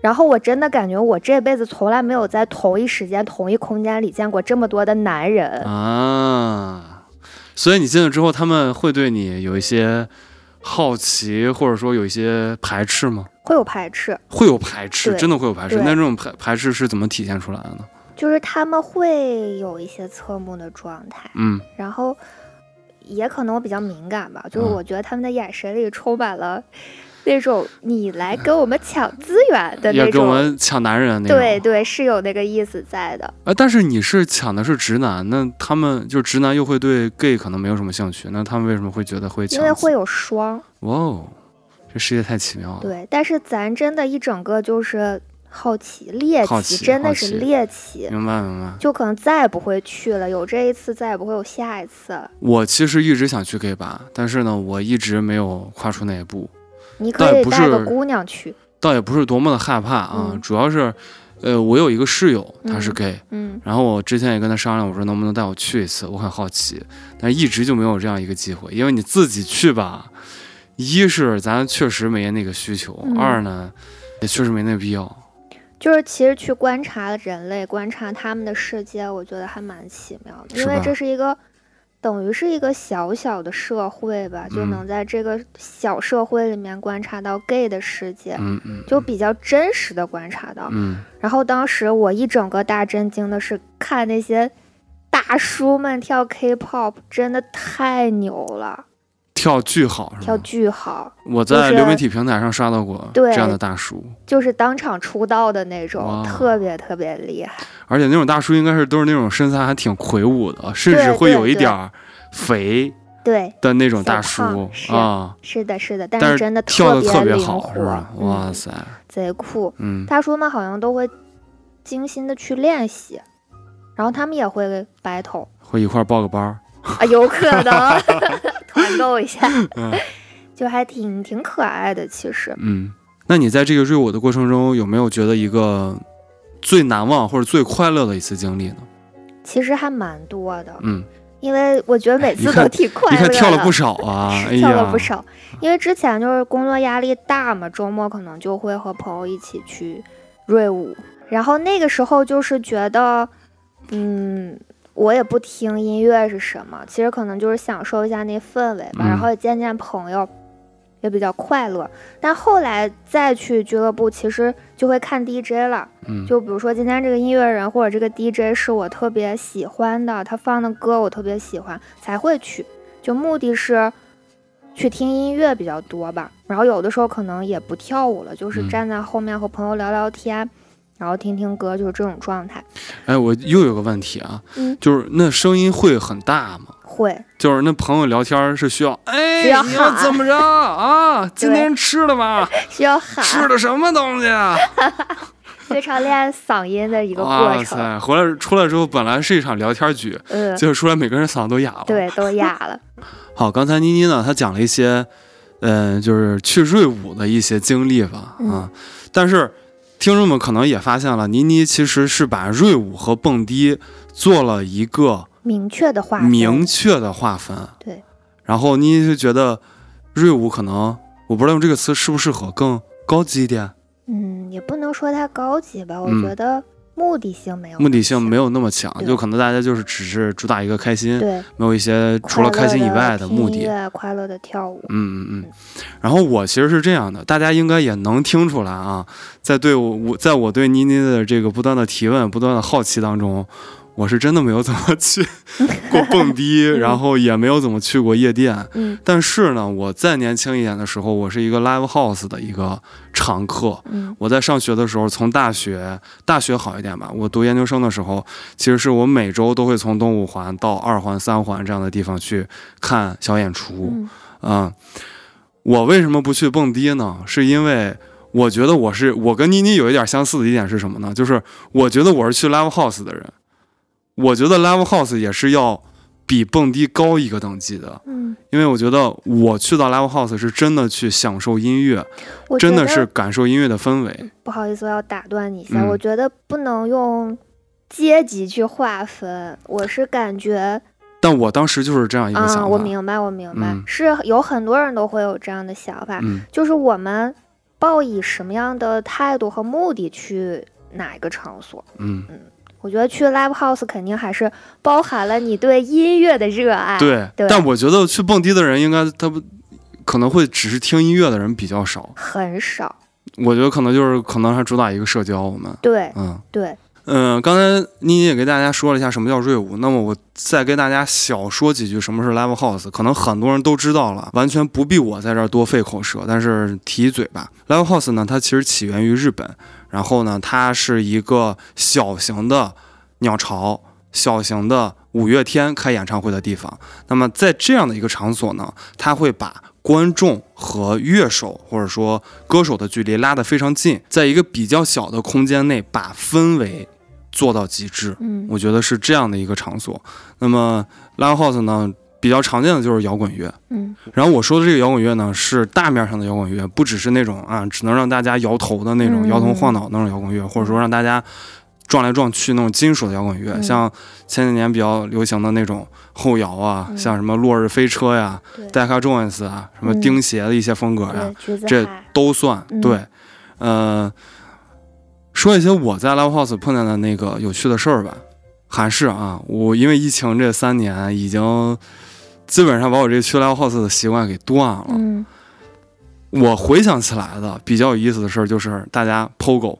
Speaker 2: 然后我真的感觉我这辈子从来没有在同一时间、同一空间里见过这么多的男人，
Speaker 3: 啊，所以你进了之后，他们会对你有一些好奇，或者说有一些排斥吗？
Speaker 2: 会有排斥，
Speaker 3: 会有排斥，
Speaker 2: 对
Speaker 3: 真的会有排斥。
Speaker 2: 对
Speaker 3: 那这种排排斥是怎么体现出来的呢？
Speaker 2: 就是他们会有一些侧目的状态，
Speaker 3: 嗯
Speaker 2: 然后也可能我比较敏感吧，就是
Speaker 3: 嗯
Speaker 2: 我觉得他们的眼神里充满了那种你来跟我们抢资源的
Speaker 3: 要
Speaker 2: 那
Speaker 3: 跟我
Speaker 2: 种，
Speaker 3: 们抢男人那种。
Speaker 2: 对对，是有那个意思在的。
Speaker 3: 呃，但是你是抢的是直男，那他们就直男又会对 gay 可能没有什么兴趣，那他们为什么会觉得会抢
Speaker 2: 因
Speaker 3: 自？
Speaker 2: 为会有双，
Speaker 3: 哇哦，这世界太奇妙了。
Speaker 2: 对，但是咱真的一整个就是好奇、猎
Speaker 3: 好
Speaker 2: 奇，
Speaker 3: 奇
Speaker 2: 真的
Speaker 3: 好
Speaker 2: 是
Speaker 3: 奇
Speaker 2: 猎奇，
Speaker 3: 明白明白。
Speaker 2: 就可能再也不会去了，有这一次再也不会有下一次了。
Speaker 3: 我其实一直想去 gay 吧，但是呢，我一直没有跨出那一步。
Speaker 2: 你
Speaker 3: 但
Speaker 2: 可以
Speaker 3: 不
Speaker 2: 带个
Speaker 3: 是
Speaker 2: 姑娘去，
Speaker 3: 倒也不是多么的害怕啊，
Speaker 2: 嗯
Speaker 3: 主要是，呃，我有一个室友，他是
Speaker 2: 嗯
Speaker 3: gay，、
Speaker 2: 嗯，
Speaker 3: 然后我之前也跟他商量，我说能不能带我去一次，我很好奇，但一直就没有这样一个机会，因为你自己去吧，一是咱确实没那个需求，
Speaker 2: 嗯
Speaker 3: 二呢也确实没那个必要。
Speaker 2: 就是其实去观察人类，观察他们的世界，我觉得还蛮奇妙的，
Speaker 3: 是
Speaker 2: 因为
Speaker 3: 吧
Speaker 2: 这是一个。等于是一个小小的社会吧，就
Speaker 3: 嗯
Speaker 2: 能在这个小社会里面观察到 gay 的世界，
Speaker 3: 嗯嗯
Speaker 2: 就比较真实的观察到。
Speaker 3: 嗯，
Speaker 2: 然后当时我一整个大震惊的是看那些大叔们跳 K-pop，真的太牛了，
Speaker 3: 跳巨好是
Speaker 2: 跳
Speaker 3: 吗？
Speaker 2: 巨好，
Speaker 3: 我
Speaker 2: 就
Speaker 3: 在
Speaker 2: 是
Speaker 3: 流媒体平台上刷到过
Speaker 2: 对
Speaker 3: 这样的大叔，
Speaker 2: 就是当场出道的那种，
Speaker 3: 哇
Speaker 2: 特别特别厉害。
Speaker 3: 而且那种大叔应该是都是那种身材还挺魁梧的，甚至
Speaker 2: 对
Speaker 3: 会
Speaker 2: 对
Speaker 3: 有一
Speaker 2: 对
Speaker 3: 点儿肥
Speaker 2: 对，
Speaker 3: 的那种
Speaker 2: 小
Speaker 3: 大叔
Speaker 2: 胖是
Speaker 3: 啊。
Speaker 2: 是的，是的，但
Speaker 3: 但
Speaker 2: 是
Speaker 3: 是
Speaker 2: 真的
Speaker 3: 跳的特
Speaker 2: 别
Speaker 3: 别
Speaker 2: 灵
Speaker 3: 好，是
Speaker 2: 活
Speaker 3: 吧？，哇
Speaker 2: 嗯，
Speaker 3: 塞，
Speaker 2: 贼酷。
Speaker 3: 嗯，
Speaker 2: 大叔们好像都会精心的去练习，然后他们也会 battle
Speaker 3: 会一块儿报个班儿，
Speaker 2: 啊，有可能 <laughs> 团购一下，
Speaker 3: 嗯
Speaker 2: <laughs> 就还挺挺可爱的，其实。
Speaker 3: 嗯，那你在这个追我的过程中，有没有觉得一个最难忘或者最快乐的一次经历呢？
Speaker 2: 其实还蛮多的，
Speaker 3: 嗯，
Speaker 2: 因为我觉得每
Speaker 3: 哎你
Speaker 2: 次
Speaker 3: 看
Speaker 2: 都挺快
Speaker 3: 你
Speaker 2: 乐
Speaker 3: 看
Speaker 2: 的，
Speaker 3: 跳了不少
Speaker 2: <laughs>
Speaker 3: 啊，哎呀，
Speaker 2: 跳了不少。因为之前就是工作压力大嘛，周末可能就会和朋友一起去瑞舞，然后那个时候就是觉得，嗯。我也不听音乐是什么，其实可能就是享受一下那氛围吧，
Speaker 3: 嗯
Speaker 2: 然后也见见朋友，也比较快乐。但后来再去俱乐部，其实就会看 DJ 了，
Speaker 3: 嗯
Speaker 2: 就比如说今天这个音乐人或者这个 DJ 是我特别喜欢的，他放的歌我特别喜欢，才会去。就目的是去听音乐比较多吧，然后有的时候可能也不跳舞了，就是
Speaker 3: 嗯
Speaker 2: 站在后面和朋友聊聊天，然后听听歌，就是这种状态。
Speaker 3: 哎，我又有个问题啊，
Speaker 2: 嗯
Speaker 3: 就是那声音会很大吗？
Speaker 2: 会，
Speaker 3: 就是那朋友聊天儿是需要，哎，
Speaker 2: 需要
Speaker 3: 你要
Speaker 2: 喊
Speaker 3: 怎么着啊？今
Speaker 2: 对
Speaker 3: 天吃了吗？
Speaker 2: <laughs> 需要喊，
Speaker 3: 吃的什么东西啊？
Speaker 2: 非常练嗓音的一个过
Speaker 3: 哇
Speaker 2: 程。
Speaker 3: 塞！回来出来之后，本来是一场聊天局，
Speaker 2: 嗯，
Speaker 3: 结果出来每个人嗓子都哑了。
Speaker 2: 对，都哑了。
Speaker 3: 好，刚才妮妮呢，她讲了一些，嗯、就是去瑞舞的一些经历吧，
Speaker 2: 嗯
Speaker 3: 啊，但是听众们可能也发现了，妮妮其实是把瑞舞和蹦迪做了一个
Speaker 2: 明确的划分，
Speaker 3: 明确的划分，
Speaker 2: 对，
Speaker 3: 然后妮妮就觉得瑞舞可能，我不知道用这个词适不适合，更高级一点，
Speaker 2: 嗯，也不能说它高级吧，我
Speaker 3: 嗯
Speaker 2: 觉得目的性没有那么强，
Speaker 3: 目的性没有那么强，
Speaker 2: 对
Speaker 3: 就可能大家就是只是主打一个开心，
Speaker 2: 对，
Speaker 3: 没有一些除了开心以外的
Speaker 2: 快乐地
Speaker 3: 目
Speaker 2: 听
Speaker 3: 的
Speaker 2: 音。乐快乐的跳舞，
Speaker 3: 嗯嗯嗯，然后我其实是这样的，大家应该也能听出来啊，在对我我在我对妮妮的这个不断的提问、不断的好奇当中，我是真的没有怎么去过蹦迪，然后也没有怎么去过夜店。
Speaker 2: 嗯
Speaker 3: 但是呢，我再年轻一点的时候，我是一个 live house 的一个常客。
Speaker 2: 嗯
Speaker 3: 我在上学的时候，从大学大学好一点吧，我读研究生的时候，其实是我每周都会从东五环到二环、三环这样的地方去看小演出。
Speaker 2: 嗯
Speaker 3: 啊、我为什么不去蹦迪呢？是因为我觉得我是我跟妮妮有一点相似的一点是什么呢？就是我觉得我是去 live house 的人，我觉得 live house 也是要比蹦迪高一个等级的，
Speaker 2: 嗯，
Speaker 3: 因为我觉得我去到 live house 是真的去享受音乐，
Speaker 2: 我
Speaker 3: 真
Speaker 2: 觉
Speaker 3: 的
Speaker 2: 得嗯
Speaker 3: 是感受音乐的氛围。
Speaker 2: 不好意思，我要打断你一下。
Speaker 3: 嗯
Speaker 2: 我觉得不能用阶级去划分，我是感觉
Speaker 3: 但我当时就是这样一个
Speaker 2: 啊、
Speaker 3: 想
Speaker 2: 我
Speaker 3: 法，
Speaker 2: 明白，我明白，
Speaker 3: 嗯
Speaker 2: 是有很多人都会有这样的想法，
Speaker 3: 嗯
Speaker 2: 就是我们抱以什么样的态度和目的去哪一个场所，
Speaker 3: 嗯，
Speaker 2: 我觉得去 live house 肯定还是包含了你对音乐的热爱。
Speaker 3: 对，
Speaker 2: 对
Speaker 3: 但我觉得去蹦迪的人应该他不可能会只是听音乐的人比较少，
Speaker 2: 很少。
Speaker 3: 我觉得可能就是可能还主打一个社交，我们
Speaker 2: 对
Speaker 3: 嗯。
Speaker 2: 对，
Speaker 3: 嗯，刚才妮妮也给大家说了一下什么叫瑞舞，那么我再跟大家小说几句什么是 live house，可能很多人都知道了，完全不必我在这儿多费口舌，但是提一嘴吧。live house 呢，它其实起源于日本，然后呢，它是一个小型的鸟巢、小型的五月天开演唱会的地方。那么在这样的一个场所呢，它会把观众和乐手或者说歌手的距离拉得非常近，在一个比较小的空间内把氛围做到极致。
Speaker 2: 嗯
Speaker 3: 我觉得是这样的一个场所。那么 live house 呢，比较常见的就是摇滚乐。
Speaker 2: 嗯
Speaker 3: 然后我说的这个摇滚乐呢，是大面上的摇滚乐，不只是那种啊，只能让大家摇头的那种、
Speaker 2: 嗯
Speaker 3: 摇头晃脑那种摇滚乐，或者说让大家撞来撞去那种金属的摇滚乐，
Speaker 2: 嗯
Speaker 3: 像前几年比较流行的那种后摇啊，
Speaker 2: 嗯
Speaker 3: 像什么落日飞车呀、
Speaker 2: 对
Speaker 3: Deca Jones 啊，什么
Speaker 2: 嗯
Speaker 3: 钉鞋的一些风格呀、
Speaker 2: 对，橘子
Speaker 3: 这
Speaker 2: 海，
Speaker 3: 都算、
Speaker 2: 嗯
Speaker 3: 对。呃，说一些我在 Live House 碰见的那个有趣的事儿吧。还是啊，我因为疫情这三年，已经基本上把我这去 Live House 的习惯给断了。
Speaker 2: 嗯
Speaker 3: 我回想起来的比较有意思的事儿，就是大家 POGO，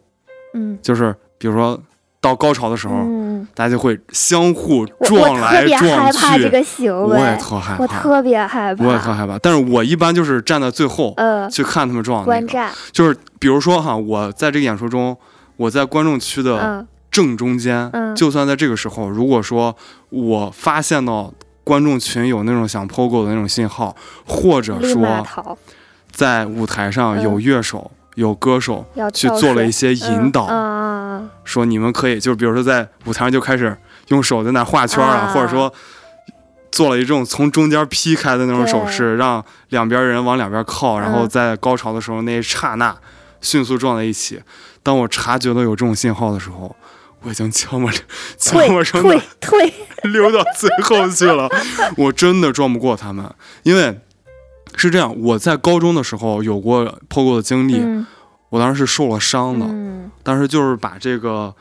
Speaker 2: 嗯，
Speaker 3: 就是比如说到高潮的时候，
Speaker 2: 嗯，
Speaker 3: 大家就会相互
Speaker 2: 我
Speaker 3: 撞
Speaker 2: 我特
Speaker 3: 来
Speaker 2: 别害
Speaker 3: 撞
Speaker 2: 怕
Speaker 3: 去。
Speaker 2: 这个行
Speaker 3: 我也
Speaker 2: 为，
Speaker 3: 特害
Speaker 2: 我
Speaker 3: 怕，
Speaker 2: 特别害怕，
Speaker 3: 我也特害怕。但是我一般就是站在最后、
Speaker 2: 呃，
Speaker 3: 去看他们撞、那个。
Speaker 2: 观战，
Speaker 3: 就是比如说哈，我在这个演出中，我在观众区的
Speaker 2: 嗯
Speaker 3: 正中间，
Speaker 2: 嗯
Speaker 3: 就算在这个时候，如果说我发现到观众群有那种想 POGO 的那种信号，或者
Speaker 2: 立马
Speaker 3: 说
Speaker 2: 逃，
Speaker 3: 在舞台上
Speaker 2: 嗯
Speaker 3: 有乐手、有歌手
Speaker 2: 要
Speaker 3: 去
Speaker 2: 跳
Speaker 3: 做了
Speaker 2: 水
Speaker 3: 一些引导，
Speaker 2: 嗯嗯
Speaker 3: <laughs>
Speaker 2: 嗯
Speaker 3: 说你们可以，就是比如说在舞台上就开始用手在那画圈啊，
Speaker 2: 啊
Speaker 3: 或者说做了一种从中间劈开的那种手势，让两边人往两边靠，然后
Speaker 2: 嗯
Speaker 3: 在高潮的时候那一刹那迅速撞在一起。当我察觉到有这种信号的时候，我已经悄摸着悄摸
Speaker 2: 退
Speaker 3: 着地
Speaker 2: 退退，
Speaker 3: <laughs> 溜到最后去了，
Speaker 2: <laughs>
Speaker 3: 我真的撞不过他们，因为。是这样，我在高中的时候有过 POGO 的经历，
Speaker 2: 嗯
Speaker 3: 我当时是受了伤的，
Speaker 2: 嗯
Speaker 3: 当时就是把这个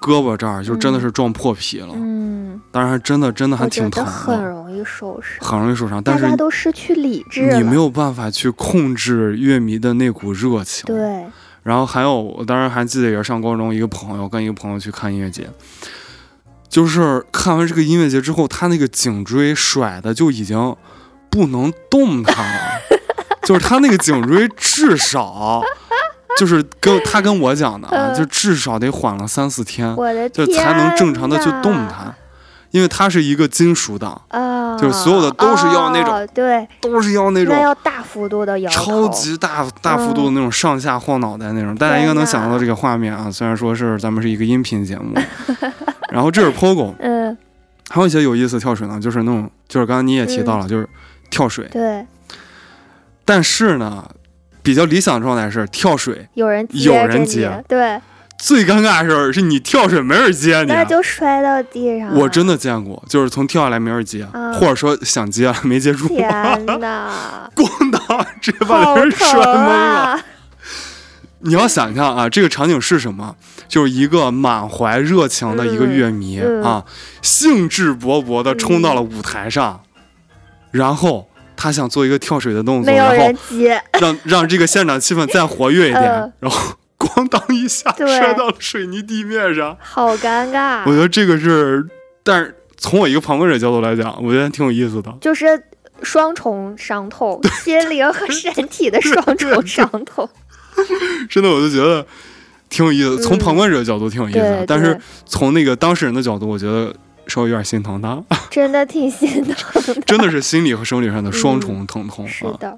Speaker 3: 胳膊这儿就真的是撞破皮了，
Speaker 2: 嗯，
Speaker 3: 当然还真的真的啊还
Speaker 2: 我觉
Speaker 3: 挺疼
Speaker 2: 得
Speaker 3: 的，
Speaker 2: 很容易受伤，
Speaker 3: 很容易受伤。但
Speaker 2: 大
Speaker 3: 是
Speaker 2: 家都失去理智了，
Speaker 3: 你没有办法去控制乐迷的那股热情。。
Speaker 2: 对，
Speaker 3: 然后还有，我当时还记得也是上高中一个朋友跟一个朋友去看音乐节，就是看完这个音乐节之后，他那个颈椎甩的就已经不能动
Speaker 2: <laughs>
Speaker 3: 弹了，就是他那个颈椎至少。就是跟他跟我讲的啊，
Speaker 2: 嗯
Speaker 3: 就至少得缓了三四天。
Speaker 2: 我的
Speaker 3: 嗯就
Speaker 2: 天，
Speaker 3: 才能正常的去动弹，，因为它是一个金属档，
Speaker 2: 啊，
Speaker 3: 就是所有的都是要那种
Speaker 2: 哦对，
Speaker 3: 都是要那
Speaker 2: 那
Speaker 3: 种
Speaker 2: 要大幅度的摇
Speaker 3: 超
Speaker 2: 头嗯
Speaker 3: 级大大幅度的那种上下晃脑袋那种，大家应该能想到这个画面啊。虽然说是咱们是一个音频节
Speaker 2: <laughs>
Speaker 3: 目，然后这是 POGO，
Speaker 2: 嗯，
Speaker 3: 还有一些有意思的跳水呢，就是那种就是刚刚你也提
Speaker 2: 嗯
Speaker 3: 到了，就是跳水，
Speaker 2: 对，
Speaker 3: 但是呢，比较理想的状态是跳水。
Speaker 2: 有人接
Speaker 3: 有
Speaker 2: 着
Speaker 3: 人
Speaker 2: 你
Speaker 3: 接
Speaker 2: 对，
Speaker 3: 最尴尬的事儿是你跳水没人接你，啊
Speaker 2: 那就摔到地上了。
Speaker 3: 我真的见过，就是从跳下来没人接，
Speaker 2: 嗯
Speaker 3: 或者说想接了没接住，，
Speaker 2: 天哪
Speaker 3: <laughs>
Speaker 2: <laughs>
Speaker 3: 咣当，直接把
Speaker 2: 好
Speaker 3: 人摔
Speaker 2: 疼
Speaker 3: 懵了。
Speaker 2: 啊！
Speaker 3: 你要想象啊，这个场景是什么？就是一个满怀热情的一个乐迷、
Speaker 2: 嗯嗯
Speaker 3: 啊，兴致勃勃地冲到了舞台上，然后他想做一个跳水的动作，
Speaker 2: 没有
Speaker 3: 然后
Speaker 2: 人接，
Speaker 3: 让让这个现场气氛再活跃一点，
Speaker 2: <laughs> 嗯
Speaker 3: 然后咣当一下
Speaker 2: 对
Speaker 3: 摔到了水泥地面上。
Speaker 2: 好尴
Speaker 3: 我
Speaker 2: 尬。
Speaker 3: 觉得这个是，但是从我一个旁观者角度来讲，我觉得挺有意思的。
Speaker 2: 就是双重伤痛，心灵和身体的双重伤痛。
Speaker 3: 真的，我就觉得挺有意思，从
Speaker 2: 嗯
Speaker 3: 旁观者的角度挺有意思的，
Speaker 2: 对
Speaker 3: 但是
Speaker 2: 对
Speaker 3: 从那个当事人的角度，我觉得稍微有点心疼他， <laughs>
Speaker 2: 真的挺心疼的。
Speaker 3: 真的是心理和生理上的双重疼痛、
Speaker 2: 嗯是
Speaker 3: 啊。
Speaker 2: 的，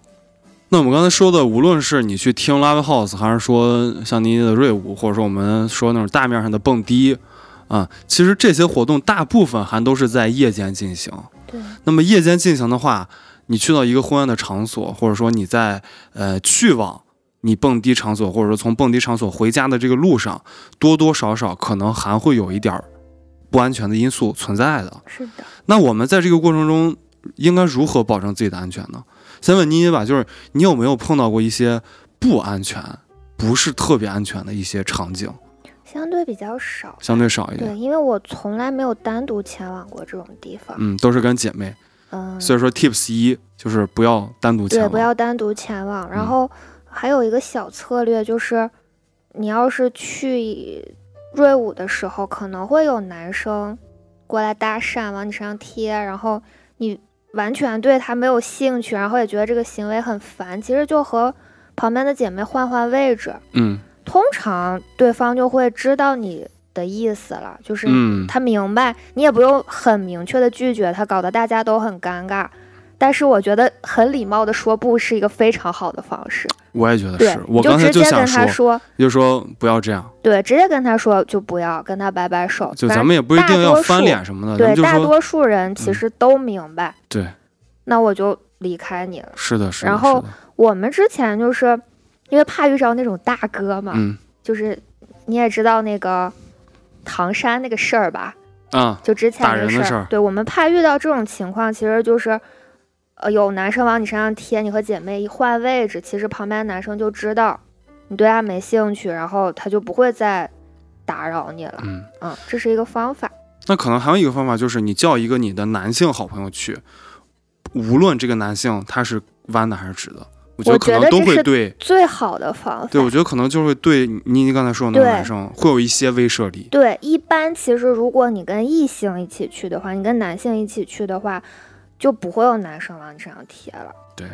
Speaker 3: 那我们刚才说的，无论是你去听 Live House，还是说像您的瑞舞，或者说我们说那种大面上的蹦迪。啊，其实这些活动大部分还都是在夜间进行。
Speaker 2: 对，
Speaker 3: 那么夜间进行的话，你去到一个昏暗的场所，或者说你在呃去往你蹦迪场所，或者说从蹦迪场所回家的这个路上，多多少少可能还会有一点儿不安全的因素存在的。
Speaker 2: 是的，
Speaker 3: 那我们在这个过程中应该如何保证自己的安全呢？先问妮妮吧，就是你有没有碰到过一些不安全、不是特别安全的一些场景？
Speaker 2: 相对比较少。
Speaker 3: 相对少一点。
Speaker 2: 对，因为我从来没有单独前往过这种地方。
Speaker 3: 嗯，都是跟姐妹，
Speaker 2: 嗯，
Speaker 3: 所以说 tips 一就是不要单独前
Speaker 2: 对，
Speaker 3: 往，
Speaker 2: 不要单独前往。
Speaker 3: 嗯
Speaker 2: 然后还有一个小策略就是，你要是去瑞舞的时候，可能会有男生过来搭讪，往你身上贴，然后你完全对他没有兴趣，然后也觉得这个行为很烦。其实就和旁边的姐妹换换位置，
Speaker 3: 嗯
Speaker 2: 通常对方就会知道你的意思了，就是
Speaker 3: 嗯，
Speaker 2: 他明白，你也不用很明确的拒绝他，搞得大家都很尴尬。但是我觉得很礼貌的说不是一个非常好的方式。
Speaker 3: 我也觉得
Speaker 2: 对
Speaker 3: 啊是，，
Speaker 2: 你
Speaker 3: 我刚才
Speaker 2: 直接
Speaker 3: 想
Speaker 2: 跟他
Speaker 3: 说，
Speaker 2: 说，
Speaker 3: 就说不要这样，
Speaker 2: 对，直接跟他说就不要跟他摆摆手。
Speaker 3: 就
Speaker 2: 反
Speaker 3: 咱
Speaker 2: 正
Speaker 3: 们也不一
Speaker 2: 大
Speaker 3: 定要
Speaker 2: 多
Speaker 3: 翻
Speaker 2: 数
Speaker 3: 脸什么的，咱
Speaker 2: 对
Speaker 3: 们就
Speaker 2: 大
Speaker 3: 说
Speaker 2: 多数人其
Speaker 3: 嗯
Speaker 2: 实都明白，
Speaker 3: 对，
Speaker 2: 那我就离开你了。
Speaker 3: 是的，是的，
Speaker 2: 然
Speaker 3: 是
Speaker 2: 后
Speaker 3: 的
Speaker 2: 我们之前就是因为怕遇着那种大哥嘛，
Speaker 3: 嗯
Speaker 2: 就是你也知道那个唐山那个事儿吧，
Speaker 3: 啊，
Speaker 2: 就之前
Speaker 3: 打
Speaker 2: 那
Speaker 3: 人的事
Speaker 2: 事
Speaker 3: 儿
Speaker 2: 对我们怕遇到这种情况，其实就是，呃，有男生往你身上贴，你和姐妹一换位置，其实旁边的男生就知道你对他没兴趣，然后他就不会再打扰你了。
Speaker 3: 嗯。
Speaker 2: 嗯，这是一个方法。
Speaker 3: 那可能还有一个方法就是，你叫一个你的男性好朋友去，无论这个男性他是弯的还是直的，我觉得
Speaker 2: 我
Speaker 3: 可
Speaker 2: 觉
Speaker 3: 能
Speaker 2: 得
Speaker 3: 都
Speaker 2: 这
Speaker 3: 会
Speaker 2: 是 <laughs>
Speaker 3: 对，
Speaker 2: 最好的方法，
Speaker 3: 对我觉得可能就会对你你刚才说的那
Speaker 2: 对
Speaker 3: 种男生会有一些威慑力。
Speaker 2: 对，一般其实如果你跟异性一起去的话，你跟男性一起去的话，就不会有男生往你身上贴了。
Speaker 3: 对，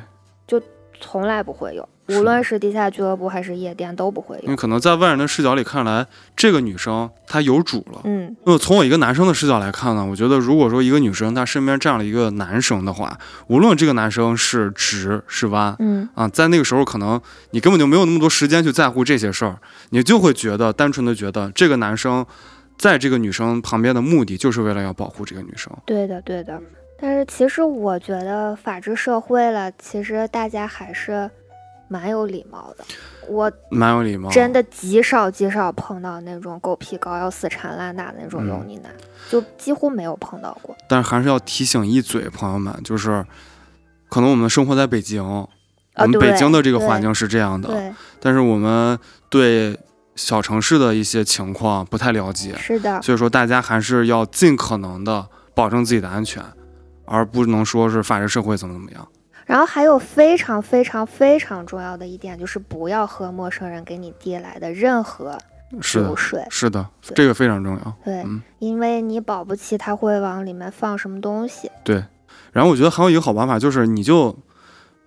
Speaker 2: 就从来不会有，
Speaker 3: 是的嗯
Speaker 2: 无论是地下俱乐部还是夜店都不会
Speaker 3: 因
Speaker 2: 有
Speaker 3: 为。可能在外人的视角里看来，这个女生她有主了。
Speaker 2: 嗯，
Speaker 3: 那么从我一个男生的视角来看呢，我觉得如果说一个女生她身边站了一个男生的话，无论这个男生是直是弯，
Speaker 2: 嗯，
Speaker 3: 啊，在那个时候可能你根本就没有那么多时间去在乎这些事儿，你就会觉得单纯的觉得这个男生在这个女生旁边的目的就是为了要保护这个女生。
Speaker 2: 对的，对的。但是其实我觉得法治社会了，其实大家还是蛮有礼貌的。我
Speaker 3: 蛮有礼貌，
Speaker 2: 真的极少极少碰到那种狗皮膏药、死缠烂打的那
Speaker 3: 嗯
Speaker 2: 种油腻男，就几乎没有碰到过。
Speaker 3: 但是还是要提醒一嘴，朋友们，就是可能我们生活在北京，
Speaker 2: 啊
Speaker 3: 我们
Speaker 2: 对
Speaker 3: 北京的这个环
Speaker 2: 对
Speaker 3: 境是这样的，
Speaker 2: 对，
Speaker 3: 但是我们对小城市的一些情况不太了解，
Speaker 2: 是的，
Speaker 3: 所以说大家还是要尽可能的保证自己的安全，而不能说是法治社会怎么怎么样。
Speaker 2: 然后还有非常非常非常重要的一点就是，不要喝陌生人给你递来的任何
Speaker 3: 是的
Speaker 2: 酒。水，
Speaker 3: 是的，
Speaker 2: 对
Speaker 3: 这个非常重要。
Speaker 2: 对，
Speaker 3: 嗯
Speaker 2: 因为你保不齐他会往里面放什么东西。
Speaker 3: 然后我觉得还有一个好办法就是，你就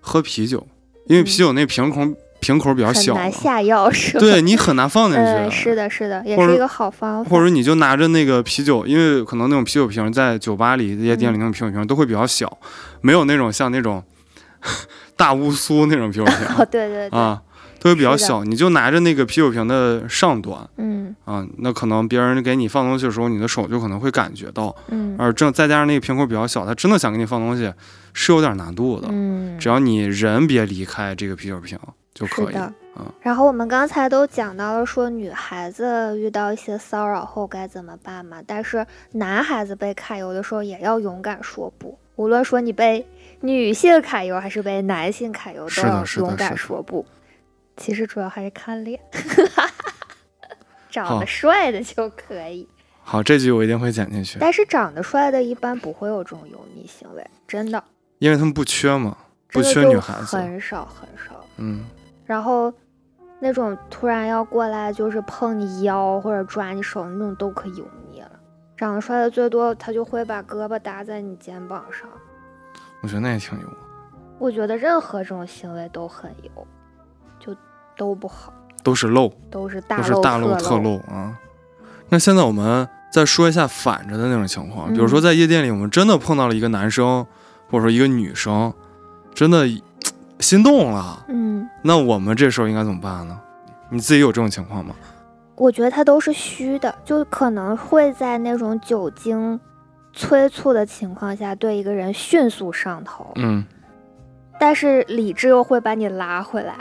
Speaker 3: 喝啤酒，因
Speaker 2: 嗯
Speaker 3: 为啤酒那瓶口、瓶口比较
Speaker 2: 很
Speaker 3: 小
Speaker 2: 难
Speaker 3: 嘛，
Speaker 2: 下药是吧？
Speaker 3: 对你很难放进去。啊
Speaker 2: 嗯，是的，是的，也
Speaker 3: 或者
Speaker 2: 是一个好方法。
Speaker 3: 或者你就拿着那个啤酒，因为可能那种啤酒瓶在酒吧里、夜店里
Speaker 2: 嗯
Speaker 3: 那种啤酒瓶都会比较小，没有那种像那种 <laughs> 大乌苏那种啤酒
Speaker 2: <laughs> <laughs> 哦，
Speaker 3: 瓶
Speaker 2: 对对对，
Speaker 3: 啊，都会比较
Speaker 2: 是的
Speaker 3: 小。你就拿着那个啤酒瓶的上端
Speaker 2: 嗯
Speaker 3: 啊，那可能别人给你放东西的时候，你的手就可能会感觉到，
Speaker 2: 嗯
Speaker 3: 而正再加上那个瓶口比较小，他真的想给你放东西是有点难度的。
Speaker 2: 嗯，
Speaker 3: 只要你人别离开这个啤酒瓶就可
Speaker 2: 是
Speaker 3: 以。
Speaker 2: 的。
Speaker 3: 嗯
Speaker 2: 然后我们刚才都讲到了说女孩子遇到一些骚扰后该怎么办嘛，但是男孩子被揩油的时候也要勇敢说不，无论说你被女性揩油还是被男性揩油，
Speaker 3: 是
Speaker 2: 都
Speaker 3: 的
Speaker 2: 要
Speaker 3: 是的
Speaker 2: 勇
Speaker 3: 是的
Speaker 2: 敢说不。其实主要还是看脸，长
Speaker 3: 好
Speaker 2: 得帅的就可以。
Speaker 3: 好，这句我一定会剪进去，
Speaker 2: 但是长得帅的，一般不会有这种油腻行为，真的，
Speaker 3: 因为他们不缺嘛，不
Speaker 2: 真的
Speaker 3: 缺
Speaker 2: 就
Speaker 3: 女孩子。
Speaker 2: 很少很少。
Speaker 3: 嗯，
Speaker 2: 然后那种突然要过来就是碰你腰或者抓你手那种都可油腻了。长得帅的最多，他就会把胳膊搭在你肩膀上。
Speaker 3: 我觉得那也挺有。
Speaker 2: 我觉得任何这种行为都很油，就都不好，
Speaker 3: 都是漏，
Speaker 2: 都是大
Speaker 3: 都
Speaker 2: 漏
Speaker 3: 是大漏
Speaker 2: 特
Speaker 3: 特。漏啊。那现在我们再说一下反着的那种情况，比如
Speaker 2: 嗯
Speaker 3: 说在夜店里，我们真的碰到了一个男生，或者说一个女生，真的心动了，
Speaker 2: 嗯，
Speaker 3: 那我们这时候应该怎么办呢？你自己有这种情况吗？
Speaker 2: 我觉得他都是虚的，就可能会在那种酒精催促的情况下对一个人迅速上头，
Speaker 3: 嗯，
Speaker 2: 但是理智又会把你拉回来。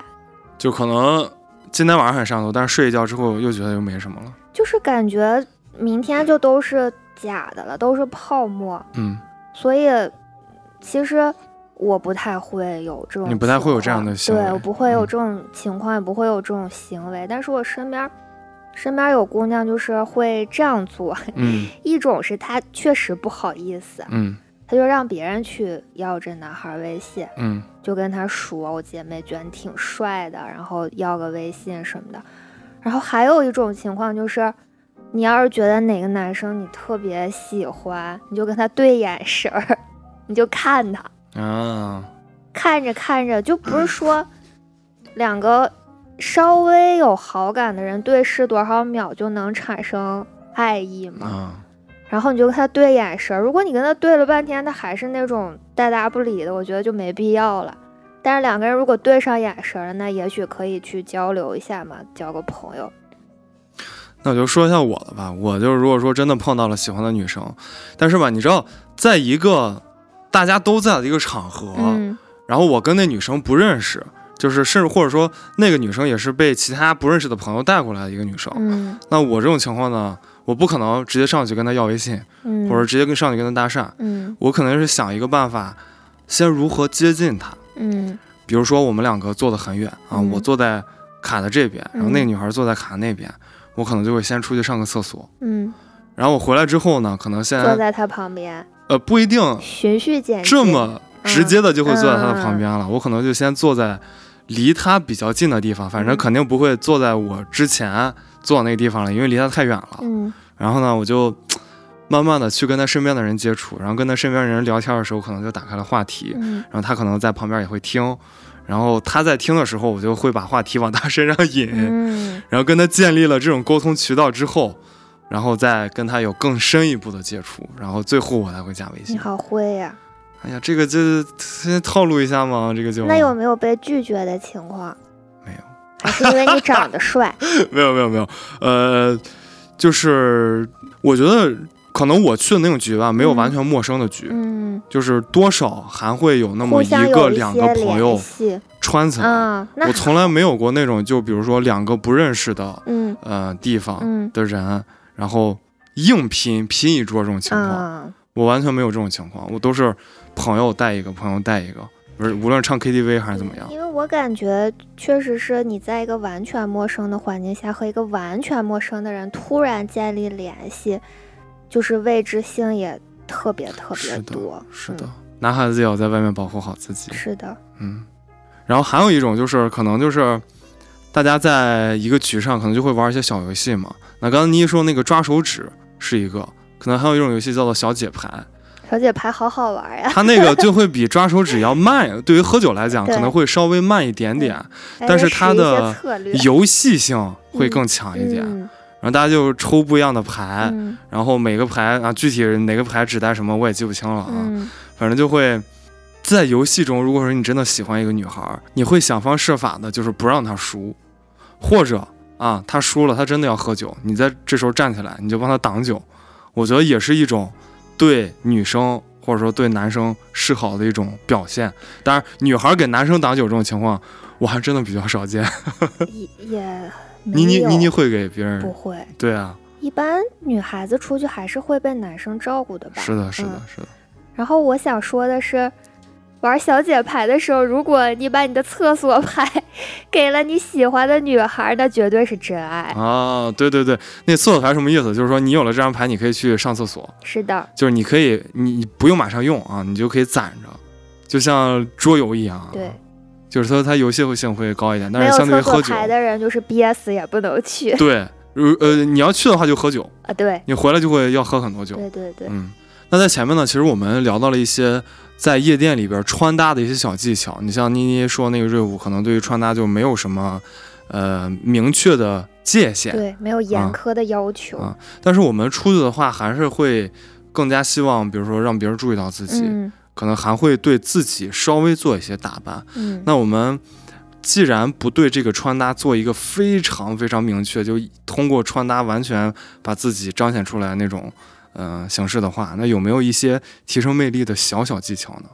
Speaker 3: 就可能今天晚上很上头，但是睡一觉之后又觉得又没什么了。
Speaker 2: 就是感觉明天就都是假的了，都是泡沫，
Speaker 3: 嗯，
Speaker 2: 所以其实我不太会有这种情况，
Speaker 3: 你不太会有这样的行为
Speaker 2: 对我不会有
Speaker 3: 嗯
Speaker 2: 这种情况，也不会有这种行为，但是我身边身边有姑娘就是会这样做， <laughs>
Speaker 3: 嗯
Speaker 2: 一种是她确实不好意思，
Speaker 3: 嗯
Speaker 2: 她就让别人去要这男孩微信，
Speaker 3: 嗯
Speaker 2: 就跟他说我姐妹觉得你挺帅的，然后要个微信什么的。然后还有一种情况就是，你要是觉得哪个男生你特别喜欢，你就跟他对眼神儿，你就看他，
Speaker 3: 啊，
Speaker 2: 看着看着就不是说两个稍微有好感的人对视多少秒就能产生爱意吗？
Speaker 3: 啊，
Speaker 2: 然后你就跟他对眼神儿。如果你跟他对了半天，他还是那种带搭不理的，我觉得就没必要了。但是两个人如果对上眼神儿了，那也许可以去交流一下嘛，交个朋友。
Speaker 3: 那我就说一下我的吧。我就是如果说真的碰到了喜欢的女生，但是吧，你知道，在一个大家都在的一个场合，
Speaker 2: 嗯
Speaker 3: 然后我跟那女生不认识，就是甚至或者说那个女生也是被其他不认识的朋友带过来的一个女生。
Speaker 2: 嗯
Speaker 3: 那我这种情况呢，我不可能直接上去跟她要微信，
Speaker 2: 嗯，
Speaker 3: 或者直接跟上去跟她搭讪，
Speaker 2: 嗯
Speaker 3: 我可能是想一个办法，先如何接近她。
Speaker 2: 嗯
Speaker 3: 比如说我们两个坐得很远啊，
Speaker 2: 嗯
Speaker 3: 我坐在卡的这边，然后那个
Speaker 2: 嗯
Speaker 3: 女孩坐在卡那边，我可能就会先出去上个厕所，
Speaker 2: 嗯，
Speaker 3: 然后我回来之后呢，可能
Speaker 2: 坐
Speaker 3: 先
Speaker 2: 在他旁边，
Speaker 3: 呃不一定
Speaker 2: 循序渐进。
Speaker 3: 这么直接的就会坐在她的
Speaker 2: 嗯
Speaker 3: 旁边了，我可能就先坐在离她比较近的地方，反正
Speaker 2: 嗯
Speaker 3: 肯定不会坐在我之前坐那个地方了，因为离她太远了。
Speaker 2: 嗯
Speaker 3: 然后呢，我就慢慢的去跟她身边的人接触，然后跟她身边人聊天的时候，可能就打开了话题，
Speaker 2: 嗯
Speaker 3: 然后他可能在旁边也会听，然后他在听的时候，我就会把话题往他身上引，
Speaker 2: 嗯
Speaker 3: 然后跟他建立了这种沟通渠道之后，然后再跟他有更深一步的接触，然后最后我才会加微
Speaker 2: 你
Speaker 3: 信。
Speaker 2: 好会呀、
Speaker 3: 哎呀，这个就先套路一下嘛，这个就
Speaker 2: 那有没有被拒绝的情况？
Speaker 3: 没有，
Speaker 2: 还是因为你长得
Speaker 3: <laughs>
Speaker 2: 帅？
Speaker 3: <laughs> 没有没有没有，呃，就是我觉得可能我去的那种局吧，没有完全陌生的局，
Speaker 2: 嗯，
Speaker 3: 就是多少还会有那么
Speaker 2: 互
Speaker 3: 一
Speaker 2: 相
Speaker 3: 个
Speaker 2: 有一
Speaker 3: 两个
Speaker 2: 些
Speaker 3: 朋
Speaker 2: 联
Speaker 3: 友
Speaker 2: 系。
Speaker 3: 穿起来。
Speaker 2: 嗯，那
Speaker 3: 我从来没有过那种，就比如说两个不认识的
Speaker 2: 嗯
Speaker 3: 呃地方
Speaker 2: 嗯
Speaker 3: 的人，然后硬拼拼一桌这种情况，
Speaker 2: 啊。
Speaker 3: 我完全没有这种情况，我都是朋友带一个，朋友带一个，不是无论唱 KTV 还是怎么样，
Speaker 2: 因为我感觉确实是你在一个完全陌生的环境下和一个完全陌生的人突然建立联系，就是未知性也特别特别
Speaker 3: 是的
Speaker 2: 多。
Speaker 3: 是的，男孩子也要在外面保护好自己
Speaker 2: 嗯，，是的，
Speaker 3: 嗯，然后还有一种就是可能就是。大家在一个局上可能就会玩一些小游戏嘛。那刚才你一说那个抓手指是一个，可能还有一种游戏叫做小姐牌，
Speaker 2: 小姐牌好好玩呀、
Speaker 3: 它那个就会比抓手指要慢，对于喝酒来
Speaker 2: <laughs>
Speaker 3: 讲
Speaker 2: 对
Speaker 3: 可能会稍微慢一点点，
Speaker 2: 哎还
Speaker 3: 但
Speaker 2: 得
Speaker 3: 是它
Speaker 2: 使一些
Speaker 3: 的
Speaker 2: 策略
Speaker 3: 游戏性会更强一点。哎
Speaker 2: 嗯
Speaker 3: 然后大家就抽不一样的牌，
Speaker 2: 嗯
Speaker 3: 然后每个牌啊，具体哪个牌指代什么我也记不清了啊，
Speaker 2: 嗯
Speaker 3: 反正就会。在游戏中，如果说你真的喜欢一个女孩，你会想方设法的，就是不让她输，或者啊，她输了，她真的要喝酒，你在这时候站起来，你就帮她挡酒，我觉得也是一种对女生或者说对男生示好的一种表现。当然，女孩给男生挡酒这种情况，我还真的比较少见。
Speaker 2: 也也
Speaker 3: 妮
Speaker 2: 没
Speaker 3: 妮
Speaker 2: 有
Speaker 3: 妮妮会给别人
Speaker 2: 不会，
Speaker 3: 对啊，
Speaker 2: 一般女孩子出去还是会被男生照顾的吧？
Speaker 3: 是的，是的
Speaker 2: 嗯，
Speaker 3: 是的，
Speaker 2: 然后我想说的是，玩小姐牌的时候，如果你把你的厕所牌 <laughs> 给了你喜欢的女孩，那绝对是真爱。
Speaker 3: 啊，对对对，那厕所牌什么意思？就是说你有了这张牌，你可以去上厕所，
Speaker 2: 是的，
Speaker 3: 就是你可以，你你不用马上用啊，你就可以攒着，就像桌游一样。啊
Speaker 2: 对，，
Speaker 3: 就是说它游戏性会高一点，但
Speaker 2: 没
Speaker 3: 是
Speaker 2: 有
Speaker 3: 相对于
Speaker 2: 厕
Speaker 3: 喝
Speaker 2: 所
Speaker 3: 酒，
Speaker 2: 牌的人就是憋死也不能去 <laughs>
Speaker 3: 对，如呃你要去的话就喝酒，
Speaker 2: 啊！对，
Speaker 3: 你回来就会要喝很多酒。
Speaker 2: 对对对，
Speaker 3: 嗯，那在前面呢，其实我们聊到了一些在夜店里边穿搭的一些小技巧。你像妮妮说那个瑞舞，可能对于穿搭就没有什么呃明确的界限，
Speaker 2: 对，没有严
Speaker 3: 啊
Speaker 2: 苛的要求。
Speaker 3: 啊但是我们出去的话，还是会更加希望，比如说让别人注意到自己，
Speaker 2: 嗯
Speaker 3: 可能还会对自己稍微做一些打扮。
Speaker 2: 嗯，
Speaker 3: 那我们。既然不对这个穿搭做一个非常非常明确，就通过穿搭完全把自己彰显出来那种，呃，形式的话，那有没有一些提升魅力的小小技巧呢？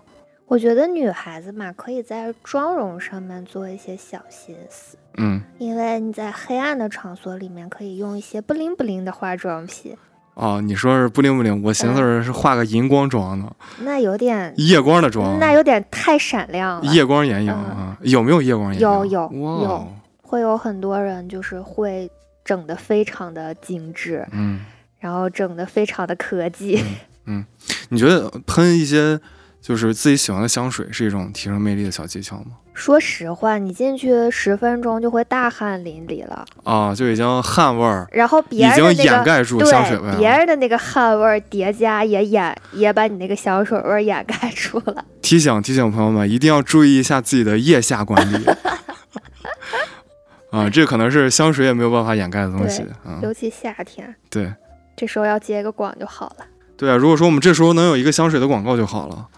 Speaker 2: 我觉得女孩子嘛，可以在妆容上面做一些小心思。
Speaker 3: 嗯，
Speaker 2: 因为你在黑暗的场所里面，可以用一些不灵不灵的化妆品，
Speaker 3: 哦，你说是不灵不灵，我寻思是画个荧光妆呢，嗯哦
Speaker 2: 那有点，
Speaker 3: 夜光的妆，
Speaker 2: 那有点太闪亮了。
Speaker 3: 夜光嗯眼影啊，有没有夜光眼影？
Speaker 2: 有有
Speaker 3: 哇哦
Speaker 2: 有会有很多人就是会整得非常的精致，
Speaker 3: 嗯
Speaker 2: 然后整得非常的科技。
Speaker 3: 嗯，你觉得喷一些就是自己喜欢的香水是一种提升魅力的小技巧吗？
Speaker 2: <laughs> 说实话，你进去十分钟就会大汗淋漓了，
Speaker 3: 啊，就已经汗味儿
Speaker 2: 然后别
Speaker 3: 已
Speaker 2: 人
Speaker 3: 经
Speaker 2: 的那
Speaker 3: 掩
Speaker 2: 个。
Speaker 3: 盖住香水味
Speaker 2: 对，别
Speaker 3: 了。
Speaker 2: 人的那个汗味儿叠加也掩也把你那个香水味儿掩盖住了。
Speaker 3: 提醒提醒朋友们，一定要注意一下自己的腋下管理。啊，这可能是香水也没有办法掩盖的东西
Speaker 2: 对
Speaker 3: 啊。
Speaker 2: 尤其夏天，
Speaker 3: 对
Speaker 2: 这时候要接个广就好了。
Speaker 3: 对啊，如果说我们这时候能有一个香水的广告就好了。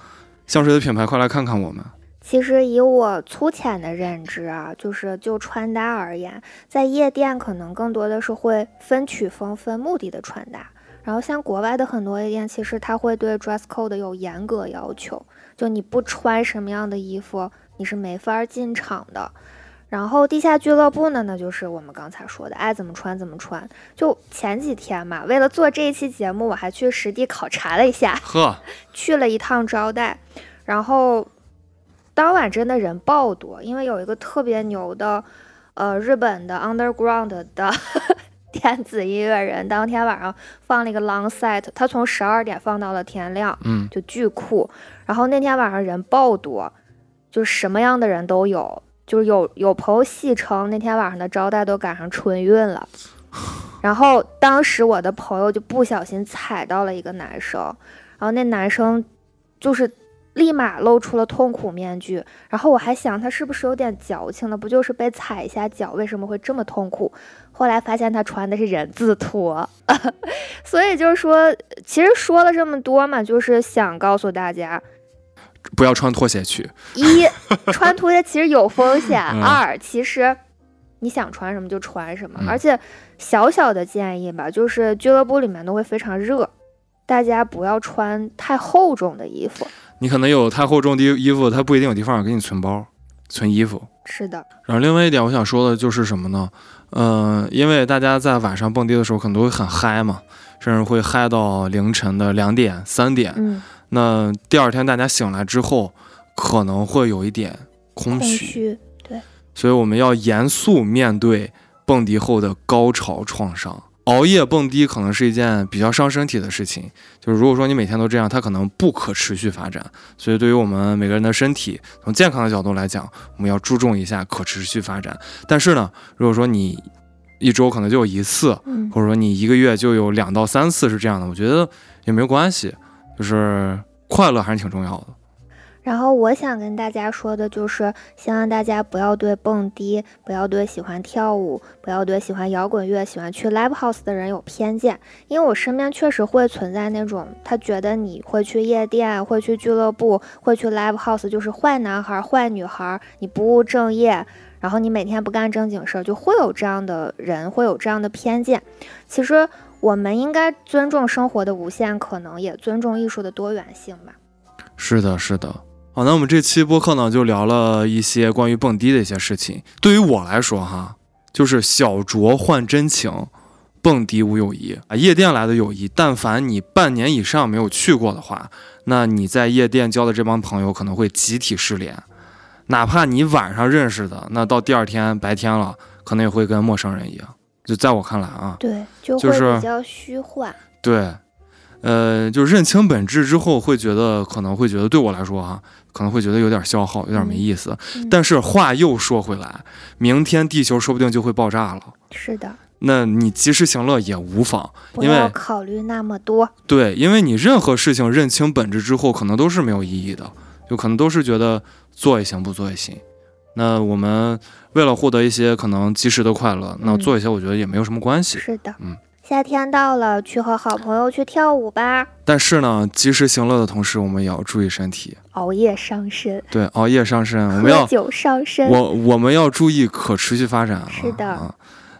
Speaker 3: 香水的品牌，快来看看我们。
Speaker 2: 其实以我粗浅的认知啊，就是就穿搭而言，在夜店可能更多的是会分曲风、分目的的穿搭。然后像国外的很多夜店，其实它会对 dress code 有严格要求，就你不穿什么样的衣服，你是没法进场的。然后地下俱乐部呢，那就是我们刚才说的，爱怎么穿怎么穿。就前几天嘛，为了做这一期节目，我还去实地考察了一下，
Speaker 3: 呵，
Speaker 2: 去了一趟招待，然后当晚真的人爆多，因为有一个特别牛的，呃，日本的 underground 的 <laughs> 电子音乐人，当天晚上放了一个 long set，他从十二点放到了天亮，
Speaker 3: 嗯，
Speaker 2: 就巨酷。然后那天晚上人爆多，就什么样的人都有，就是有有朋友戏称那天晚上的招待都赶上春运了。然后当时我的朋友就不小心踩到了一个男生，然后那男生就是立马露出了痛苦面具。然后我还想他是不是有点矫情了，不就是被踩一下脚，为什么会这么痛苦？后来发现他穿的是人字拖， <laughs> 所以就是说，其实说了这么多嘛，就是想告诉大家，
Speaker 3: 不要穿拖鞋去。 <laughs>
Speaker 2: 一穿拖鞋其实有风险，
Speaker 3: 嗯
Speaker 2: 二其实你想穿什么就穿什么，
Speaker 3: 嗯
Speaker 2: 而且小小的建议吧，就是俱乐部里面都会非常热，大家不要穿太厚重的衣服。
Speaker 3: 你可能有太厚重的衣服，它不一定有地方给你存包、存衣服。
Speaker 2: 是的，
Speaker 3: 然后另外一点，我想说的就是什么呢？嗯、因为大家在晚上蹦迪的时候，可能都会很嗨嘛，甚至会嗨到凌晨的两点、三点。
Speaker 2: 嗯，
Speaker 3: 那第二天大家醒来之后，可能会有一点空
Speaker 2: 空
Speaker 3: 虚，
Speaker 2: 虚，
Speaker 3: 所以我们要严肃面对蹦迪后的高潮创伤。熬夜蹦迪可能是一件比较伤身体的事情，就是如果说你每天都这样，它可能不可持续发展。所以对于我们每个人的身体，从健康的角度来讲，我们要注重一下可持续发展。但是呢，如果说你一周可能就有一次，
Speaker 2: 嗯，
Speaker 3: 或者说你一个月就有两到三次是这样的，我觉得也没有关系，就是快乐还是挺重要的。
Speaker 2: 然后我想跟大家说的就是，希望大家不要对蹦迪、不要对喜欢跳舞、不要对喜欢摇滚乐、喜欢去 live house 的人有偏见，因为我身边确实会存在那种他觉得你会去夜店、会去俱乐部、会去 live house，就是坏男孩、坏女孩，你不务正业。然后你每天不干正经事儿，就会有这样的人，会有这样的偏见。其实我们应该尊重生活的无限可能，也尊重艺术的多元性吧。
Speaker 3: 是的，是的。好，那我们这期播客呢，就聊了一些关于蹦迪的一些事情。对于我来说，哈，就是小酌换真情，蹦迪无友谊啊，夜店来的友谊。但凡你半年以上没有去过的话，那你在夜店交的这帮朋友可能会集体失联。哪怕你晚上认识的，那到第二天白天了，可能也会跟陌生人一样。就在我看来啊，
Speaker 2: 对，就
Speaker 3: 就
Speaker 2: 会
Speaker 3: 是
Speaker 2: 比较虚幻。
Speaker 3: 对，呃，就认清本质之后，会觉得可能会觉得对我来说哈、可能会觉得有点消耗，有点没意思。
Speaker 2: 嗯
Speaker 3: 但是话又说回来，明天地球说不定就会爆炸了，
Speaker 2: 是的，
Speaker 3: 那你及时行乐也无妨。
Speaker 2: 不
Speaker 3: 因为
Speaker 2: 要考虑那么多。
Speaker 3: 对，因为你任何事情认清本质之后，可能都是没有意义的，有可能都是觉得做也行，不做也行。那我们为了获得一些可能及时的快乐，那
Speaker 2: 嗯
Speaker 3: 做一些我觉得也没有什么关系。
Speaker 2: 是的，
Speaker 3: 嗯
Speaker 2: 夏天到了，去和好朋友去跳舞吧，
Speaker 3: 但是呢，及时行乐的同时，我们也要注意身体。
Speaker 2: 熬夜伤身，
Speaker 3: 对，熬夜伤身，嗯我们
Speaker 2: 喝
Speaker 3: 要
Speaker 2: 酒伤身。
Speaker 3: 我我们要注意可持续发展啊。
Speaker 2: 是的
Speaker 3: 啊，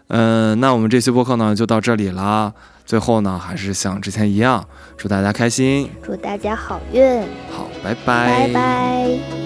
Speaker 3: 呃，那我们这期播客呢就到这里啦。最后呢，还是像之前一样，祝大家开心。
Speaker 2: 祝大家好运，
Speaker 3: 好，拜
Speaker 2: 拜拜